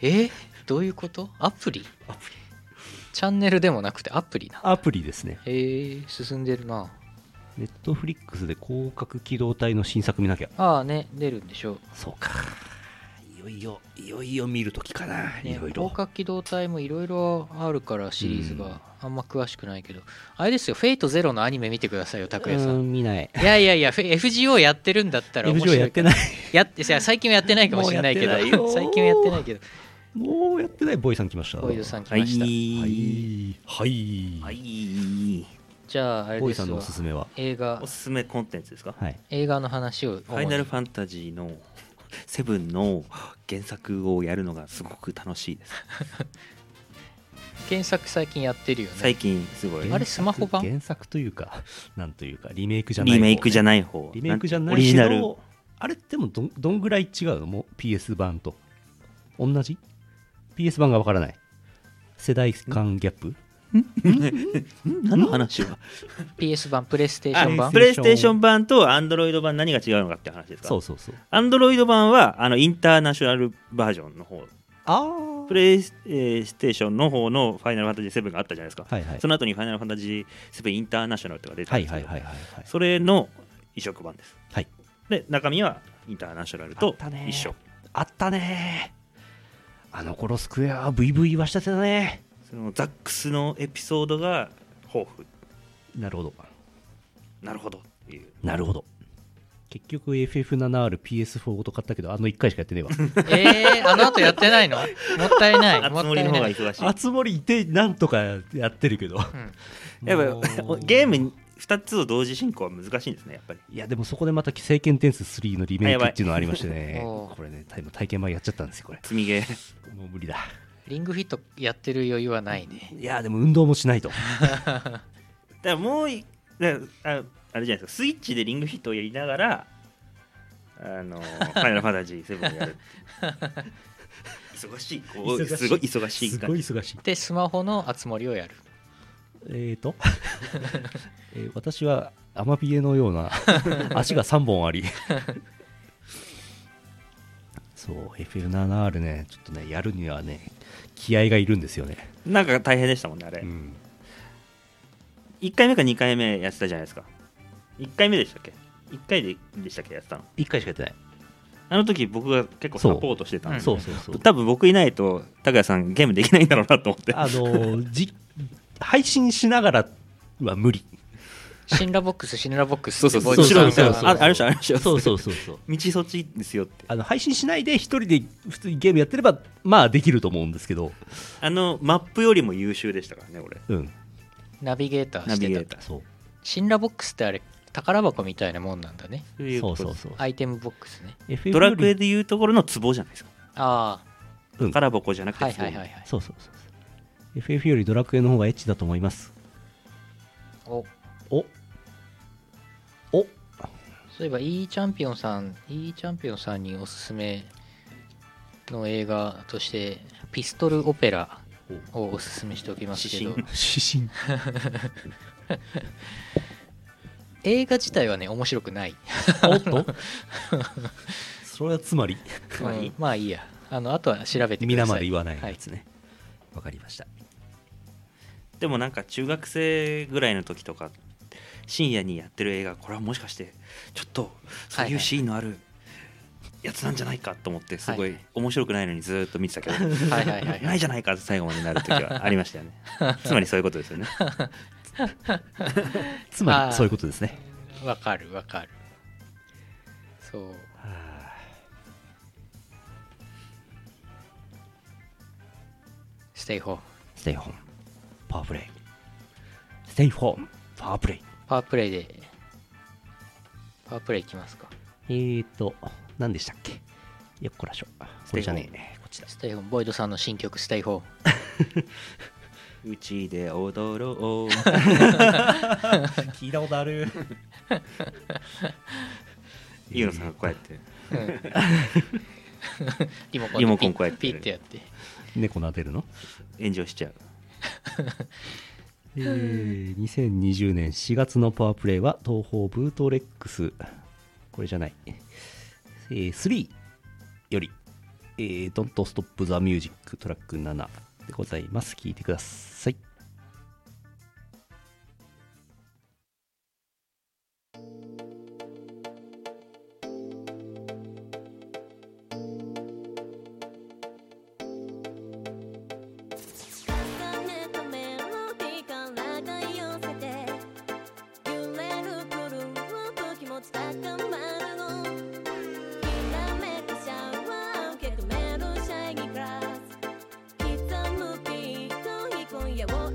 A: えどういうことアプリ
B: アプリ
A: チャンネルでもなくてアプリな
B: アプリですね
A: えー、進んでるな
B: ネットフリックスで広角機動隊の新作見なきゃ
A: ああね出るんでしょう
B: そうかいよいよいよいよ見るときかな、
A: ね
B: いろいろ
A: 広角機動隊もいろいろあるからシリーズがあんま詳しくないけど、あれですよ「フェイトゼロのアニメ見てくださいよ拓哉さん、
B: うーん見ない
A: いやいやいやフェ FGO やってるんだったら面
B: FGO
A: 白い
B: やってない
A: やっていや最近はやってないかもしれないけど
B: もうや ってないよ
A: 最近はやってないけど
B: もうやってないボイさん来ました
A: ボイドさん来ました
B: はいはい、はい、
A: じゃああれ
B: ボイ
A: で
B: さん
A: す
B: の
A: わ
B: おすすめは
A: 映画
C: おすすめコンテンツですか、
B: はい
A: 映画の話を
C: ファイナル
A: 主
C: ファンタジーのセブンの原作をやるのがすごく楽し いです
A: に検索最近やってるよね
C: 最近すごい
A: あれスマホ版
B: 原作というかなんというかリメイクじゃない
C: リメイクじゃ
B: ない
C: ない方
B: リメイクじゃない
C: オリジナル
B: けどあれってもどんどんぐらい違うのもう PS 版と同じ PS 版がわからない世代間ギャップ
C: 何の話は
A: PS 版プレイステーション
C: あ
A: 版
C: プレイステーション版とアンドロイド版何が違うのかっていう話ですか
B: そうそうそう
C: アンドロイド版はあのインターナショナルバージョンの方
B: あ
C: プレイスえーステーションの方のファイナルファンタジー7があったじゃないですか、
B: はいはい
C: その後にファイナルファンタジー7インターナショナルとか出てた
B: は
C: ん
B: い
C: ですけ
B: は
C: ど、
B: いはいはいはい
C: それの移植版です
B: はい
C: で中身はインターナショナル
B: あ
C: と
B: ったね
C: 一緒
B: あったねあの頃スクエアは VV 言わしたてたね
C: そのザックスのエピソードが豊富
B: なるほど
C: なるほどっていう
B: なるほど結局 FF7RPS4 ごと買ったけどあの1回しかやって ねえわ
A: えー、あの後やってないのもったいない
C: あ
A: もっ
C: つ森
A: たい
C: の方
A: な
C: が
A: い、
C: 忙しい
B: あつ森いてなんとかやってるけど
A: うん、
C: や
B: も
C: っぱ
B: う
C: りゲームに2つを同時進行は難しいんですねやっぱり
B: いやでもそこでまた「聖剣転ス3」のリメイクっていうのがありましてね
A: おー
B: これねタイム体験版やっちゃったんですよこれ
C: 積みゲー
B: もう無理だ
A: リングフィットやってる余裕はないね
B: いやでも運動もしないと
C: だからもういだからああれじゃないですかスイッチでリングフィッ トをやりながらあのファイナルファンタジー7をやる忙しいこう
B: 忙しい
C: すごい忙しい
B: す
C: 感
B: ごい
C: じ
B: 忙しい
A: でスマホの熱盛をやる
B: えーと、 えー私はアマビエのような足が3本ありそう FL7R ねちょっとねやるにはね気合がいるんですよね、
C: なんか大変でしたもんねあれ、
B: うん、
C: 1回目か2回目やってたじゃないですか1回目でしたっけ1回ででしたっけやってたの
B: 1回しかやってない、
C: あの時僕が結構サポートしてたんで、
A: うん
B: そうそうそう
C: 多分僕いないと拓哉さんゲームできないんだろうなと思って
B: あのじ配信しながらは無理
A: シンラボックスシンラボックスってボイ
C: そう
A: スさん
C: そう
A: が
C: 後ろにあありましたありました
B: そうそうそうそう
C: 道そっちですよって
B: あの配信しないで一人で普通にゲームやってればまあできると思うんですけど
C: あのマップよりも優秀でしたからね俺
B: うん
A: ナビゲーター
C: ナ
A: し
C: ビゲ
A: て
C: ー
A: た
C: ター
B: そう
A: シンラボックスってあれ宝箱みたいなもんなんだね
C: そういう
B: そ
C: こ
B: う
C: と
B: そう
C: です
B: そう
A: アイテムボックスね
B: FF
C: ドラク
B: よ
C: エ
B: り
C: でいうところの壺じゃないですか
A: あ
B: うん
C: 宝箱じゃ
A: あ
C: なくて
A: はい
C: 壺
A: はいはいはい
B: そうそうそうそう FF よりドラクエの方がエッチだと思います
A: お
B: おお
A: そういえば E チャンピオンさん E チャンピオンさんにおすすめの映画としてピストルオペラをおすすめしておきますけど
C: 指
B: 指針
A: 映画自体はね面白くない、
B: おっと それはつまり
C: つまり
A: うんまあいいやあのあとは調べてくだ
B: 皆
A: さ
B: ま
A: い
B: で言わない
A: は
B: や
A: い
B: つねわ、かりました
C: でもなんか中学生ぐらいの時とか深夜にやってる映画これはもしかしてちょっとそう
A: はい
C: い
A: はいう
C: シーンのあるやつなんじゃないかと思ってすご
A: はい
C: い
A: はい
C: 面白くないのにずーっと見てたけど
A: はいはいはい
C: ないじゃないかって最後までなる時はありましたよ ねつまりそういうことですよね
B: つま
A: あー
B: りそういうことですね
A: わかるわかるそうステイホーム
B: ステイホームパワープレイステイホームパワープレイ
A: パワープレイでパワープレイいきますか
B: えーと何でしたっけよっこらしょこれじゃねえこっちだ
A: ステイホームボイドさんの新曲「ステイホーム
C: うちで踊ろう
B: 聞いたことある
C: ゆうのさんがこうやって
A: うん」リモコンで
C: リモコンこうやって
A: ピッピッてやって
B: 猫撫で るの
C: 炎上しちゃう
B: えー2020年4月のパワープレイは東方ブートレックスこれじゃない、えー3より、えー、Don't Stop the Music トラック7でございます聞いてください
D: 重ねたメロディからが寄せて揺れるブルーと気持ち高まるのきらめくシャワー受け止めるシャイニーグラス刻むビートに今夜を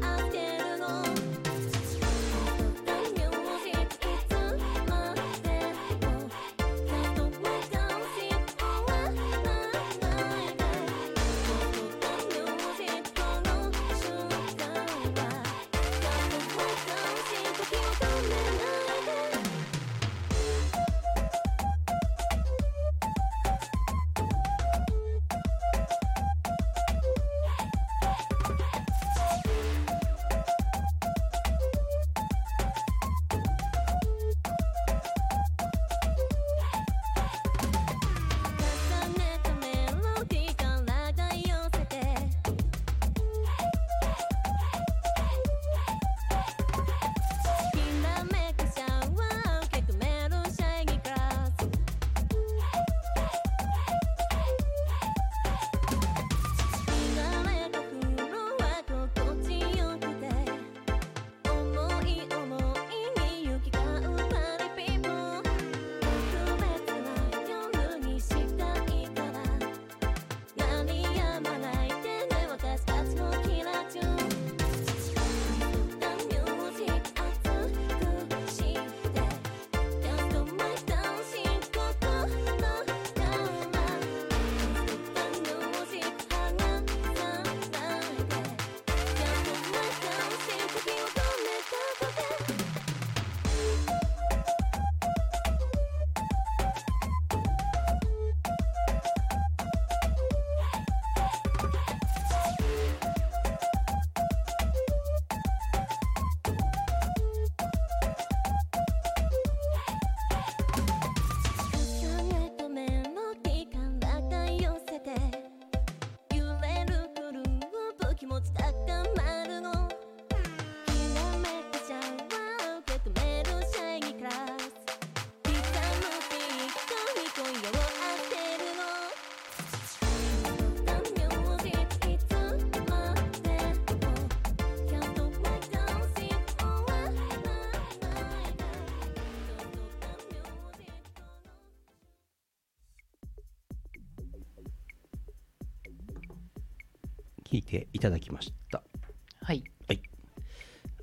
B: 聞いていただきました
A: はい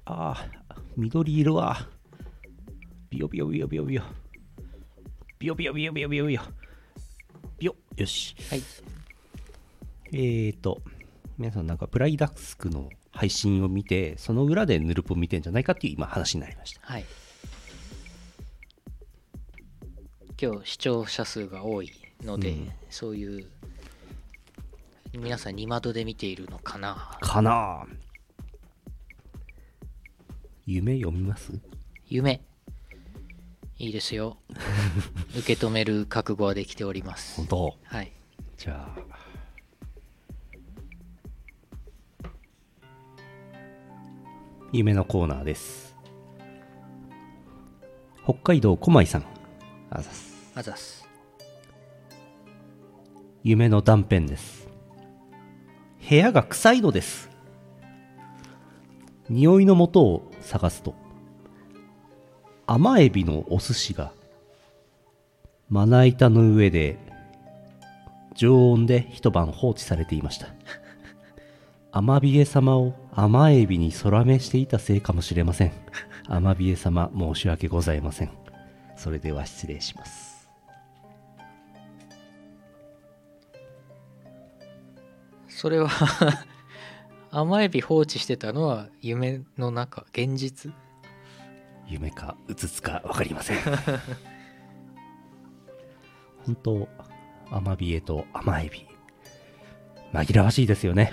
B: ああ緑色はビヨビヨビヨビヨビヨビヨビヨビヨビヨビヨビヨビヨよし
A: はい
B: えーと、皆さんなんかプライダスクの配信を見て、その裏でヌルポ見てんじゃないかっていう今話になりました。
A: はい今日視聴者数が多いので、
B: うん
A: そういう皆さん二窓で見ているのかな
B: かなあ夢読みます
A: 夢いいです よ受け止める覚悟はできております
B: 本当
A: はい
B: じゃあ。夢のコーナーです。北海道小舞さん。あざっす。
A: あざっす
B: 夢の断片です部屋が臭いのです匂いの元を探すと甘エビのお寿司がまな板の上で常温で一晩放置されていましたアマビエ様を甘エビに空目していたせいかもしれませんアマビエ様申し訳ございませんそれでは失礼します
A: それは 甘エビ放置してたのは夢の中現実
B: 夢かうつつか分かりません本当アマビエとアマエビ紛らわしいですよね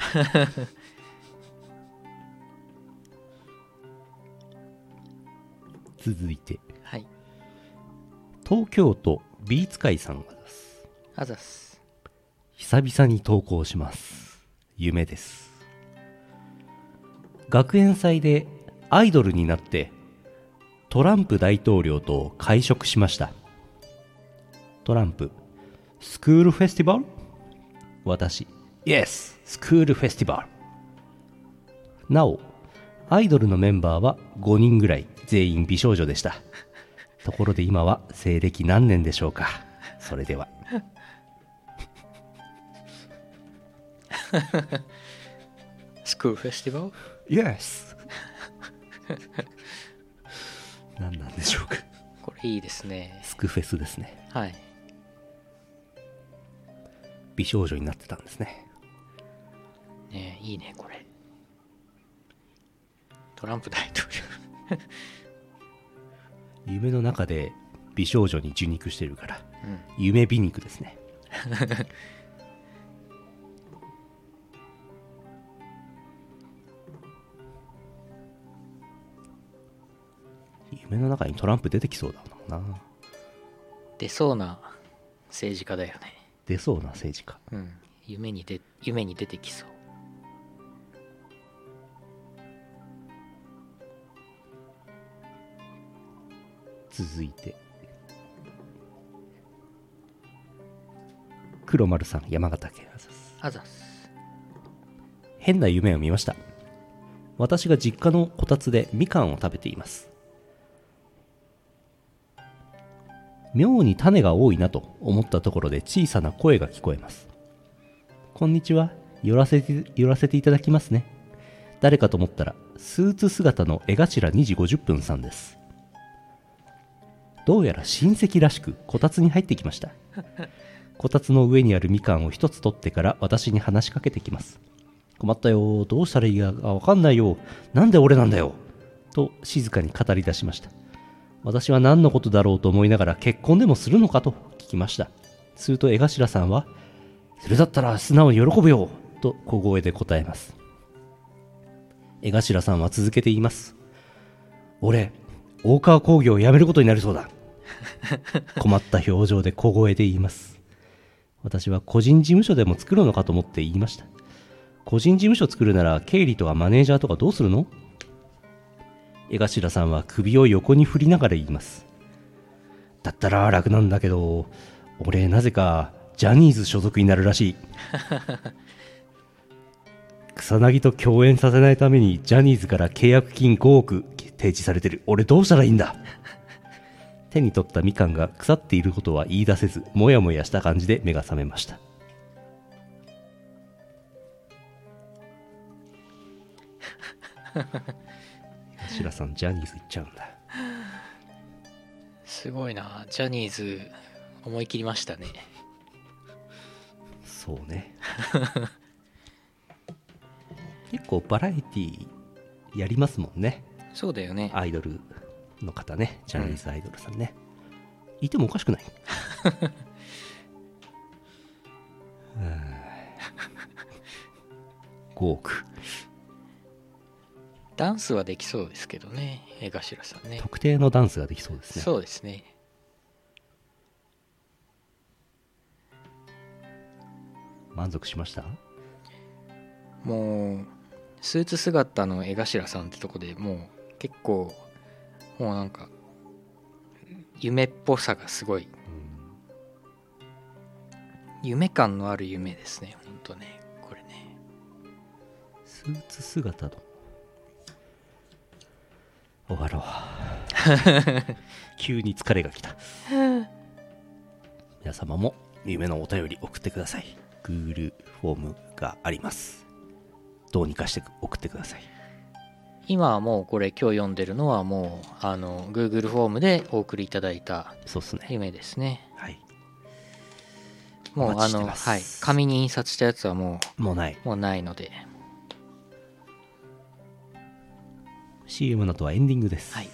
B: 続いて
A: はい
B: 東京都ビーツ会さんがです
A: あざっす
B: 久々に投稿します夢です学園祭でアイドルになってトランプ大統領と会食しましたトランプスクールフェスティバル私 Yes スクールフェスティバルなおアイドルのメンバーは5人ぐらい全員美少女でしたところで今は西暦何年でしょうかそれでは
A: スクールフェスティバル
B: Yes 何なんでしょうか
A: これいいですね
B: スクフェスですね
A: はい
B: 美少女になってたんですね
A: ねえいいねこれトランプ大統領
B: 夢の中で美少女に受肉してるから
A: うん
B: 夢美肉ですね 夢の中にトランプ出てきそうだもんな
A: 出そうな政治家だよね
B: 出そうな政治家
A: うん夢にで夢に出てきそう
B: 続いて黒丸さん山形県です
A: あざっす
B: 変な夢を見ました私が実家のこたつでみかんを食べています妙に種が多いなと思ったところで小さな声が聞こえますこんにちは寄らせて寄らせていただきますね誰かと思ったらスーツ姿の江頭2時50分さんですどうやら親戚らしくこたつに入ってきましたこたつの上にあるみかんを一つ取ってから私に話しかけてきます困ったよどうしたらいいかわかんないよなんで俺なんだよと静かに語り出しました私は何のことだろうと思いながら結婚でもするのかと聞きましたすると江頭さんはそれだったら素直に喜ぶよと小声で答えます江頭さんは続けて言います俺大川工業を辞めることになりそうだ困った表情で小声で言います私は個人事務所でも作るのかと思って言いました個人事務所作るなら経理とかマネージャーとかどうするの江頭さんは首を横に振りながら言いますだったら楽なんだけど俺なぜかジャニーズ所属になるらしい草薙と共演させないためにジャニーズから契約金5億提示されてる俺どうしたらいいんだ手に取ったみかんが腐っていることは言い出せずもやもやした感じで目が覚めました白さんジャニーズ行っちゃうんだ
A: すごいなジャニーズ思い切りましたね
B: そうね 結構バラエティやりますもんね
A: そうだよね
B: アイドルの方ねジャニーズアイドルさんね、いてもおかしくない うーん5億
A: ダンスはできそうですけどね江頭さんね
B: 特定のダンスができそうですね
A: そうですね
B: 満足しました
A: もうスーツ姿の江頭さんってとこでもう結構もうなんか夢っぽさがすごい夢感のある夢ですねほんとねこれね
B: スーツ姿の終わ ろう急に疲れが来た皆様も夢のお便り送ってください Google フォームがありますどうにかして送ってください
A: 今はもうこれ今日読んでるのはもうあの Google フォームでお送りいただいた
B: そうっすね
A: 夢ですね
B: はいお
A: もうあ
B: 待ちして
A: の、
B: ます
A: はい、紙に印刷したやつはも
B: もうないう
A: もうないので
B: CM の後はエンディングです、
A: はい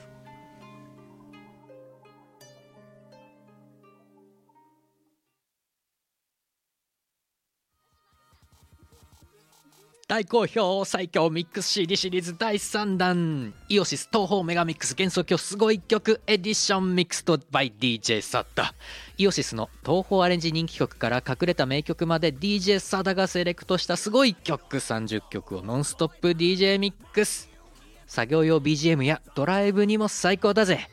A: 大好評最強ミックス CD シリーズ第3弾イオシス東方メガミックス幻想郷すごい曲エディションミックスと by DJ サダイオシスの東方アレンジ人気曲から隠れた名曲まで DJ サダがセレクトしたすごい曲30曲をノンストップ DJ ミックス作業用 BGM やドライブにも最高だぜ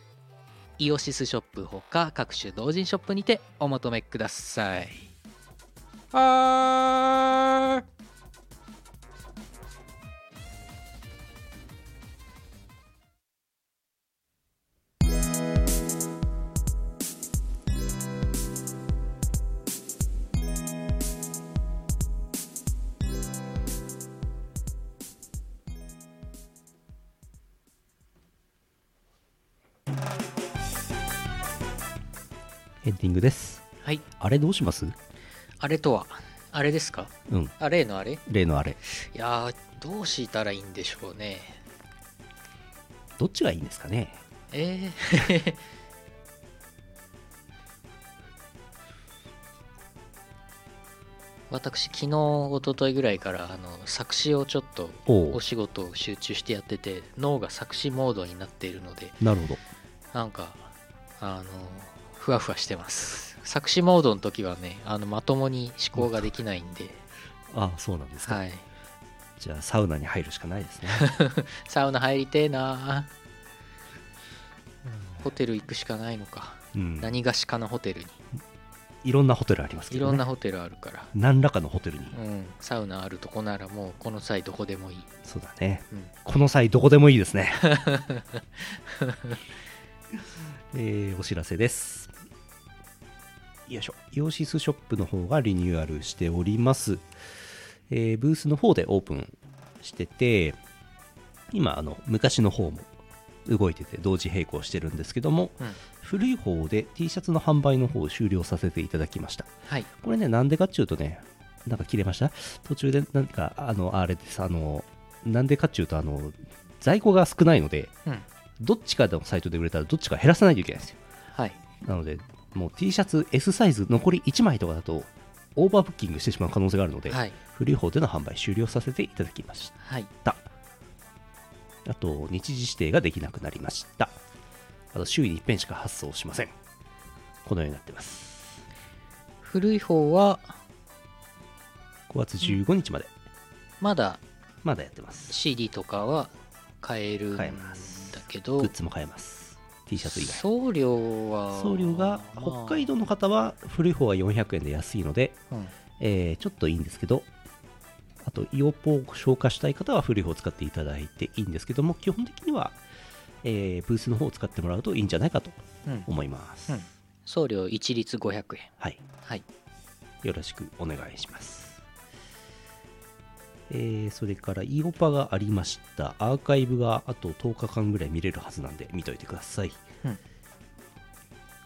A: イオシスショップほか各種同人ショップにてお求めくださいはー
B: エンディングです
A: はい
B: あれどうします
A: あれとはあれですか
B: うん
A: あ例のあれい
B: 例のあれ
A: やーどう敷いたらいいんでしょうね
B: どっちがいいんですかね
A: えー 私昨日一昨日ぐらいからあの作詞をちょっと
B: お
A: お仕事を集中してやってて脳が作詞モードになっているので
B: なるほど
A: なんかあのふわふわしてます作詞モードの時はねあのまともに思考ができないんで、
B: ああそうなんですか、
A: はい、
B: じゃあサウナに入るしかな いですね
A: サウナ入りてえなホテル行くしかないのか
B: うん
A: 何がしかのホテルに
B: いろんなホテルありますけ
A: い
B: ど、ね、
A: ろんなホテルあるから、
B: 何らかのホテルに、
A: うん、サウナあるとこならもうこの際どこでもいい、
B: そうだね
A: うん、
B: この際どこでもいいで すねえーお知らせですよいしょイオシスショップの方がリニューアルしております、えーブースの方でオープンしてて今あの昔の方も動いてて同時並行してるんですけども、
A: うん
B: 古い方で T シャツの販売の方を終了させていただきました
A: はい
B: これね、なんでかっちゅうとね、なんか切れました途中で、なんか、あの、あれです、あの、なんでかっちゅうと、あの、在庫が少ないので、
A: うん
B: どっちかでもサイトで売れたら、どっちか減らさないといけないんですよ。
A: はい
B: なので、もう T シャツ S サイズ残り1枚とかだと、オーバーブッキングしてしまう可能性があるので、
A: はい
B: 古い方での販売終了させていただきました。
A: はい
B: あと、日時指定ができなくなりました。あと、週に一遍しか発送しません。このようになってます。
A: 古い方は
B: 5月15日まで、
A: まだ
B: まだやってます。
A: CD とかは買えるんだ
B: 買えます
A: けど
B: グッズも買えます T シャツ以外
A: 送料は
B: 送料が
A: まあ
B: 北海道の方は古い方が400円で安いので、
A: うん
B: えーちょっといいんですけどあとイオポを消化したい方は古い方を使っていただいていいんですけども基本的には、えーブースの方を使ってもらうといいんじゃないかと
A: うん
B: 思います、
A: うん送料一律500円
B: はい
A: はい
B: よろしくお願いしますえーそれからイオパがありましたアーカイブがあと10日間ぐらい見れるはずなんで見といてください、
A: うん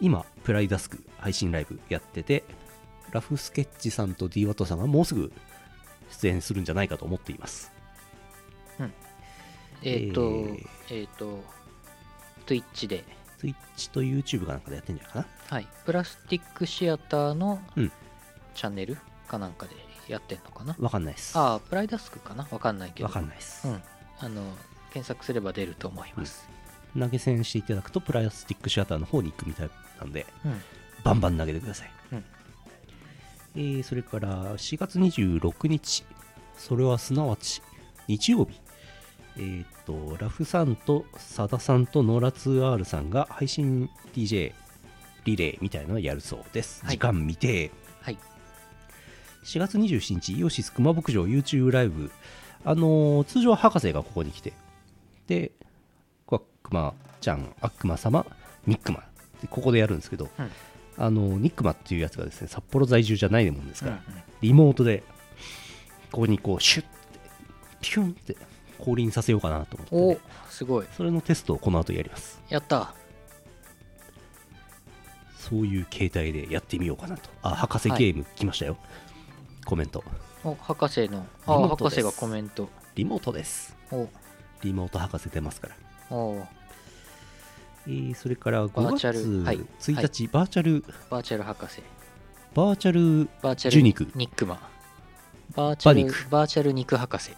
B: 今プライダスク配信ライブやっててラフスケッチさんと d ワットさんがもうすぐ出演するんじゃないかと思っています
A: えっ、と
B: え
A: えっ、と Twitch で
B: Twitch と YouTube かなんかでやってんじゃないかな
A: はいプラスティックシアターの
B: うん
A: チャンネルかなんかでやってんのかな、
B: わかんないですわ
A: ああプライダスクかなわかんないけど
B: かんないです、
A: うんあの検索すれば出ると思います、
B: 投げ銭していただくとプラスティックシアターの方に行くみたいなんで
A: うん
B: バンバン投げてください、
A: うん
B: えーそれから4月26日それはすなわち日曜日えーっとラフさんとさださんとノラツーアールさんが配信 DJ リレーみたいなのをやるそうです、
A: はい
B: 時間未定
A: はい
B: 4月27日イオシス熊牧場 YouTube ライブあのー通常は博士がここに来てでここは熊ちゃん悪魔様ニックマンでここでやるんですけど、
A: うん
B: あのーニックマンっていうやつがですね札幌在住じゃないもんです
A: うん
B: か
A: う
B: ら、
A: ん
B: リモートでここにこうシュッてピュンって降臨させようかなと思って
A: お
B: ね、
A: ーすごい
B: それのテストをこの後やります
A: やった
B: そういう形態でやってみようかなとあ博士
A: はい
B: ゲーム来ましたよ、コメント
A: お博士の
B: リ
A: あ
B: モ
A: あ
B: ート
A: 博
B: です
A: 士がコメント
B: リモートです
A: お
B: リモート博士出ますから
A: おー
B: えーそれから
A: バ
B: 5
A: ーチャ
B: 月
A: ル
B: 1日、
A: はい
B: バーチャル
A: バーチャル博士
B: バーチャル
A: バーチャ
B: ジュ
A: ル
B: ニク
A: ニックマンバーチャ
B: バニ
A: ル
B: ク
A: バーチャル肉博士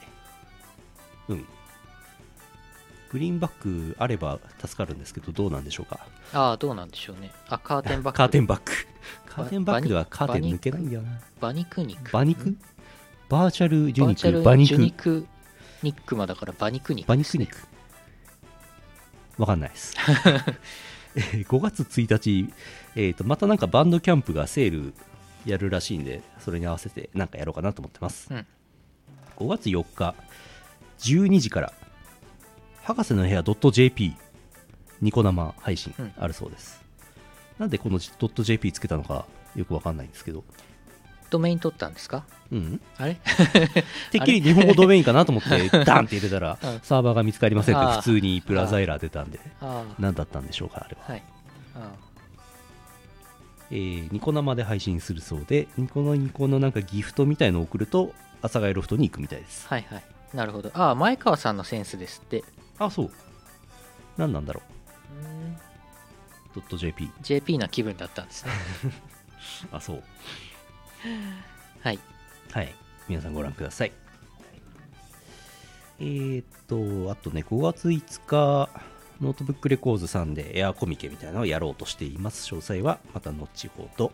B: うんグリーンバックあれば助かるんですけどどうなんでしょうか
A: ああどうなんでしょうねあカーテンバック
B: カーテンバックカーテンバックではカーテン
A: バニ
B: 抜けないんだよな
A: バニク肉
B: 馬肉バーチャルジュ
A: バー
B: ニ
A: チャ
B: ク
A: ル
B: 馬
A: ジュニ
B: 肉
A: クニックマだからバニク肉
B: 馬
A: で
B: 肉
A: すね
B: 肉わかんないです、 えー5月1日、えー、とまたなんかバンドキャンプがセールやるらしいんでそれに合わせてなんかやろうかなと思ってます
A: うん
B: 5月4日12時から博士の部屋 .jp ニコ生配信
A: うん
B: あるそうです、なんでこの .jp つけたのかよくわかんないんですけど
A: ドメイン取ったんですか
B: うん
A: あれ
B: てっきり日本語ドメインかなと思って ダンって入れたら
A: うん
B: サーバーが見つかりませんって
A: あー
B: 普通にブラザイラー出たんで
A: あ
B: 何だったんでしょうかあれは
A: あはいあ
B: えーニコ生で配信するそうでニコのニコのなんかギフトみたいのを送ると阿佐ヶ谷ロフトに行くみたいです
A: あはいはいなるほどああ前川さんのセンスですって
B: あそう何なんだろう .jp
A: JP な気分だったんです ね
B: あそう
A: はい
B: はい、皆さんご覧ください。えーっと、あとね、5月5日、ノートブックレコーズさんでエアコミケみたいなのをやろうとしています。詳細はまた後ほど。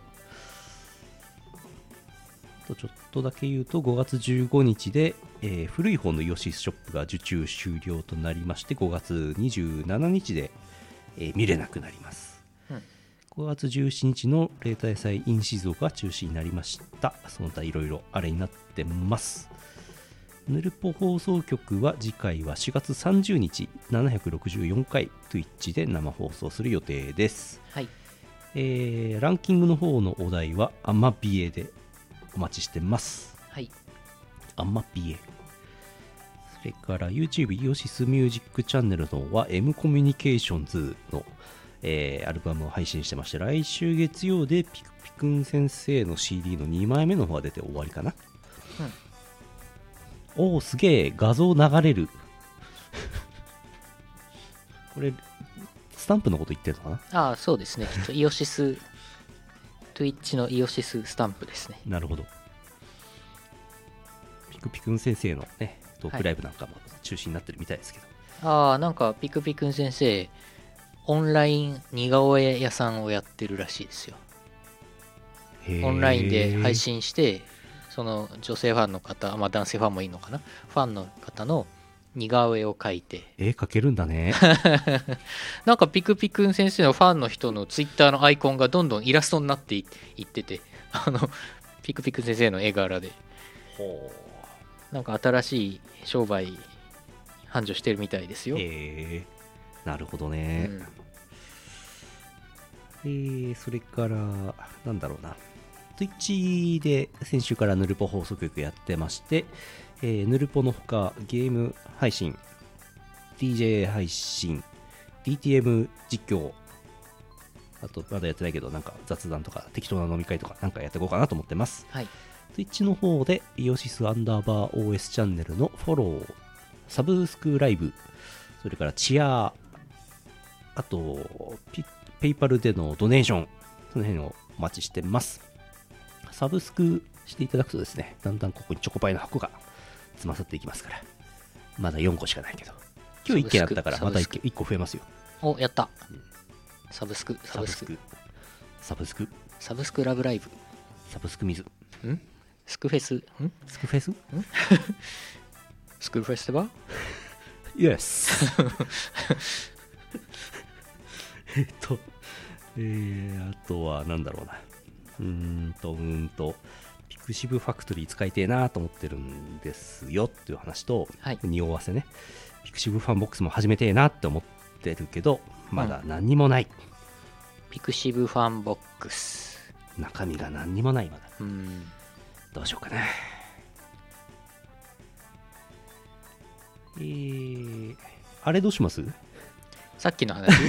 B: あとちょっとだけ言うと、5月15日で、えー古い方のイオシスショップが受注終了となりまして、5月27日で、えー見れなくなります。
A: うん
B: 5月17日の例大祭 in 静岡は中止になりましたその他いろいろあれになってますヌルポ放送局は次回は4月30日764回 Twitch で生放送する予定です、
A: はい
B: えーランキングの方のお題はアマビエでお待ちしてます
A: はい
B: アマビエそれから YouTube イオシスミュージックチャンネルの方は M コミュニケーションズの、えーアルバムを配信してまして来週月曜でピクピクン先生の CD の2枚目の方が出て終わりかな、おおすげえ画像流れる これスタンプのこと言ってるのかな
A: ああそう ですねきっとイオシス Twitch のイオシススタンプですね
B: なるほど。ピクピクン先生のね、トー
A: は
B: ク
A: い
B: ライブなんかも中止になってるみたいですけど、
A: ああなんかピクピクン先生オンライン似顔絵屋さんをやってるらしいですよ
B: へー
A: オンラインで配。信してその女性ファンの方まあ男性ファンもいいのかなファンの方の似顔絵を描いて
B: 絵描けるんだね。
A: なんかピクピクン先生のファンの人のツイッターのアイコンがどんどんイラストになっていいっててあのピクピクン先生の絵柄で
B: ほ
A: なんか新しい商売繁盛してるみたいです よ、
B: へえ。なるほど
A: う
B: ね。
A: ん
B: えーそれから、なんだろうな。Twitch で先週からヌルポ放送局やってまして、ええーヌルポのほかゲーム配信 DJ 配信 DTM 実況あとまだやってないけどなんか雑談とか適当な飲み会とかなんかやっていこうかなと思ってます
A: はい
B: Twitch の方でイオシスアンダーバー OS チャンネルのフォローサブスクライブそれからチアあとピペイパルでのドネーションその辺をお待ちしてますサブスクしていただくとですねだんだんここにチョコパイの箱が詰まさっていきますからまだ4個しかないけど今日1件あったから
A: サブ
B: ま
A: スク
B: た
A: サブスク
B: 1, 1個増えますよ
A: おやったサブスクサブスク
B: サブスク
A: サブスクラブライブ
B: サブスク水
A: んスクフェスん
B: スクフェス
A: スクフェスティバル
B: Yes! えっと、えー、あとはなんだろうな。うーんと、うーんと、ピクシブファクトリー使いてえなと思ってるんですよっていう話と、
A: はい
B: 匂わせね。ピクシブファンボックスも始めてえなって思ってるけど、まだ何にもない。
A: ピクシブファンボックス
B: 中身が何にもない、まだ。
A: うん
B: どうしようかな。えー、あれどうします
A: さっきの話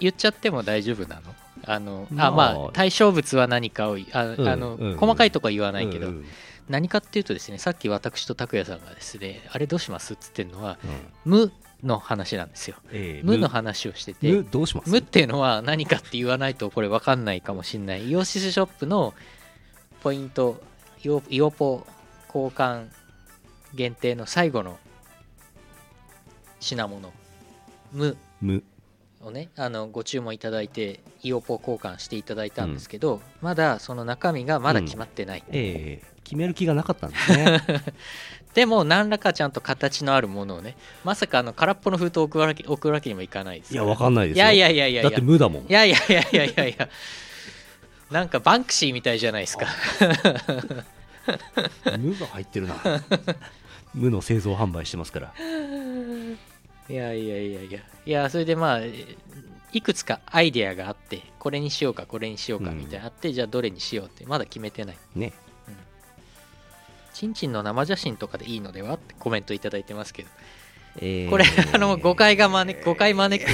A: 言っちゃっても大丈夫なのあのあ
B: まあ
A: まあ対象物は何かをいあ、
B: うん
A: あの
B: うん
A: 細かいとこは言わないけど、
B: うんうん
A: 何かっていうとですねさっき私と拓也さんがですねあれどうしますっつってるのは
B: うん
A: 無の話なんですよ
B: えー
A: 無の話をして
B: 無
A: て
B: どうします
A: 無っていうのは何かって言わないとこれ分かんないかもしれないイオシスショップのポイントイオイオポ交換限定の最後の品物無
B: 無
A: をねあのご注文いただいてイオポ交換していただいたんですけど、まだその中身がまだ決まってない、
B: ええ決める気がなかったんですね
A: でも何らかちゃんと形のあるものをねまさかあの空っぽの封筒を送るわけ送るわけにもいかないです
B: い
A: か
B: や
A: ら
B: わかんないです
A: いやい
B: や
A: やい やいやい
B: だ
A: や
B: って無だもん
A: いやいやいやいやいやいやなんかバンクシーみたいじゃないですか
B: 無が入ってるな 無の製造販売してますから
A: いやいやいやいやいやそれでまあいくつかアイデアがあってこれにしようかこれにしようかみたいなあって、じゃあどれにしようってまだ決めてない
B: ね
A: ちんちんの生写真とかでいいのではってコメントいただいてますけど
B: えー
A: これ、あの誤解が招く誤解招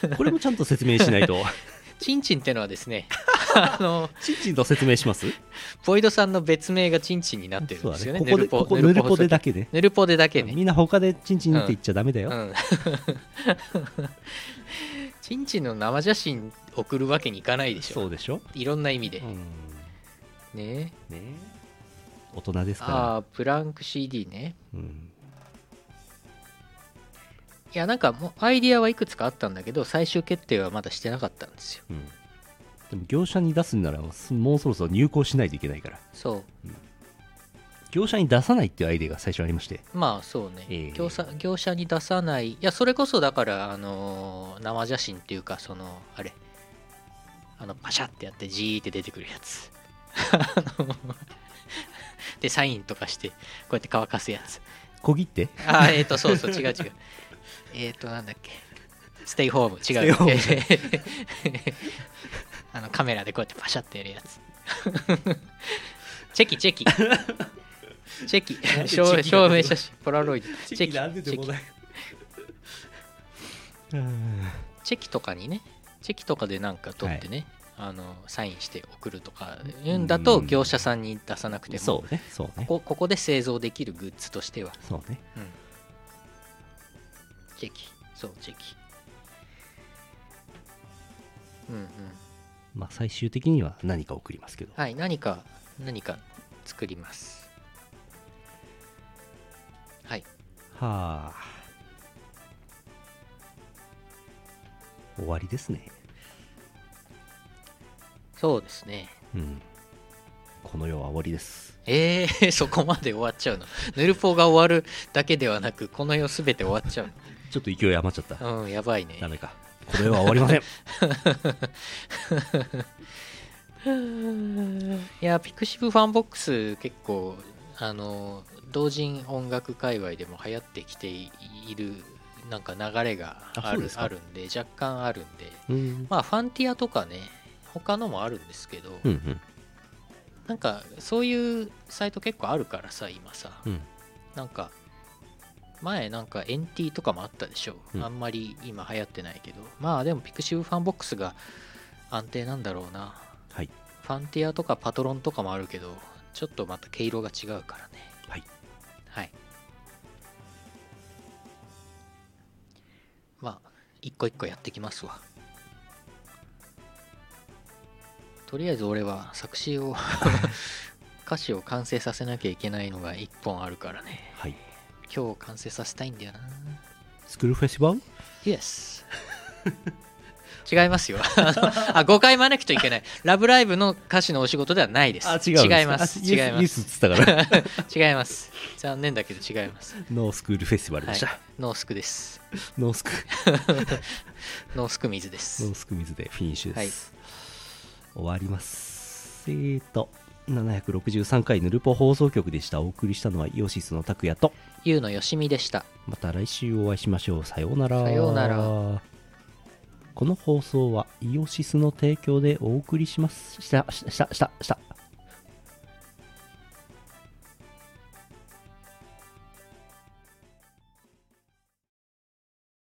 A: く
B: これもちゃんと説明しな いと
A: ちんちんってのはです ねあの
B: ちんちんと説明します
A: ボイドさんの別名がちんちんになってるんですよね
B: ここでここぬるぽでだ
A: け
B: けね
A: ぬるぽでだけね
B: みんな他でちんちんって言っちゃダメだよ、
A: うん ちんちんの生写真送るわけにいかないでし
B: そ
A: ょ
B: うでしょ、
A: いろんな意味で、
B: うん、
A: ね
B: ね大人ですから
A: ああブランク CD ね
B: うん
A: いやなんかもうアイディアはいくつかあったんだけど最終決定はまだしてなかったんですよ
B: うん、でも業者に出すんならもうそろそろ入稿しないといけないから
A: そ
B: 業者に出さないっていうアイデアが最初ありまして
A: うまあそうね、
B: ええ
A: 業者業者に出さないいやそれこそだからあのー生写真っていうかそのあれあのパシャってやってジーって出てくるやつ あのでサインとかしてこうやって乾かすやつ
B: 小切って
A: あーえっ、とそうそう違う違うえっとなんだっけステイホーム違う
B: ステイホーム
A: あのカメラでこうやってパシャってやるやつチェキチェキチェキ証
B: チェキな
A: 証
B: んだ
A: 明写真ポラロイドチェキ
B: ない
A: チェキとかにねチェキとかでなんか取ってね、あのサインして送るとかいうんだと
B: うん
A: 業者さんに出さなくても
B: そうねそうね
A: ここここで製造できるグッズとしては
B: そうね
A: チェキそうチェキうんうん
B: まあ最終的には何か送りますけど
A: はい何か何か作りますはい
B: はあ終わりですね
A: そうですね
B: うんこの世は終わりです
A: えー、 そこまで終わっちゃうのヌルポが終わるだけではなくこの世すべて終わっちゃう
B: ちょっと勢い余っちゃった
A: のうんやばいね
B: ダメかこの世は 終わりません
A: いやピクシブファンボックス結構あの同人音楽界隈でも流行ってきているなんか流れが
B: あ
A: あ
B: そう
A: る
B: ですか
A: あるんで若干あるんで
B: うん
A: まあファンティアとかね他のもあるんですけど、
B: うんうん
A: なんかそういうサイト結構あるからさ今さ、
B: うん
A: なんか前なんか NT とかもあったでしょ、
B: うん
A: あんまり今流行ってないけどまあでもピクシブファンボックスが安定なんだろうな
B: はい
A: ファンティアとかパトロンとかもあるけどちょっとまた毛色が違うからね
B: はい
A: はいまあ一個一個やってきますわとりあえず俺は作詞 を歌詞を完成させなきゃいけないのが一本あるからね
B: はい
A: 今日完成させたいんだよな
B: スクールフェスティバル
A: Yes 違いますよあ誤解招くといけない「ラブライブ!」の歌詞のお仕事ではないです違います違います
B: すっつ ったから
A: 違います残念だけど違います、
B: ノースクールフェスティバル
A: は
B: で
A: い
B: した、、
A: ノースクです
B: ノースク
A: ノースク水で
B: ノ
A: す
B: ースク水でフィニッシュです、終わりますえーと763回ヌルポ放送局でしたお送りしたのはイオシスの拓也と
A: ゆうのよしみでした
B: また来週お会いしましょうさようなら
A: さようなら
B: この放送はイオシスの提供でお送りしますしたしたしたした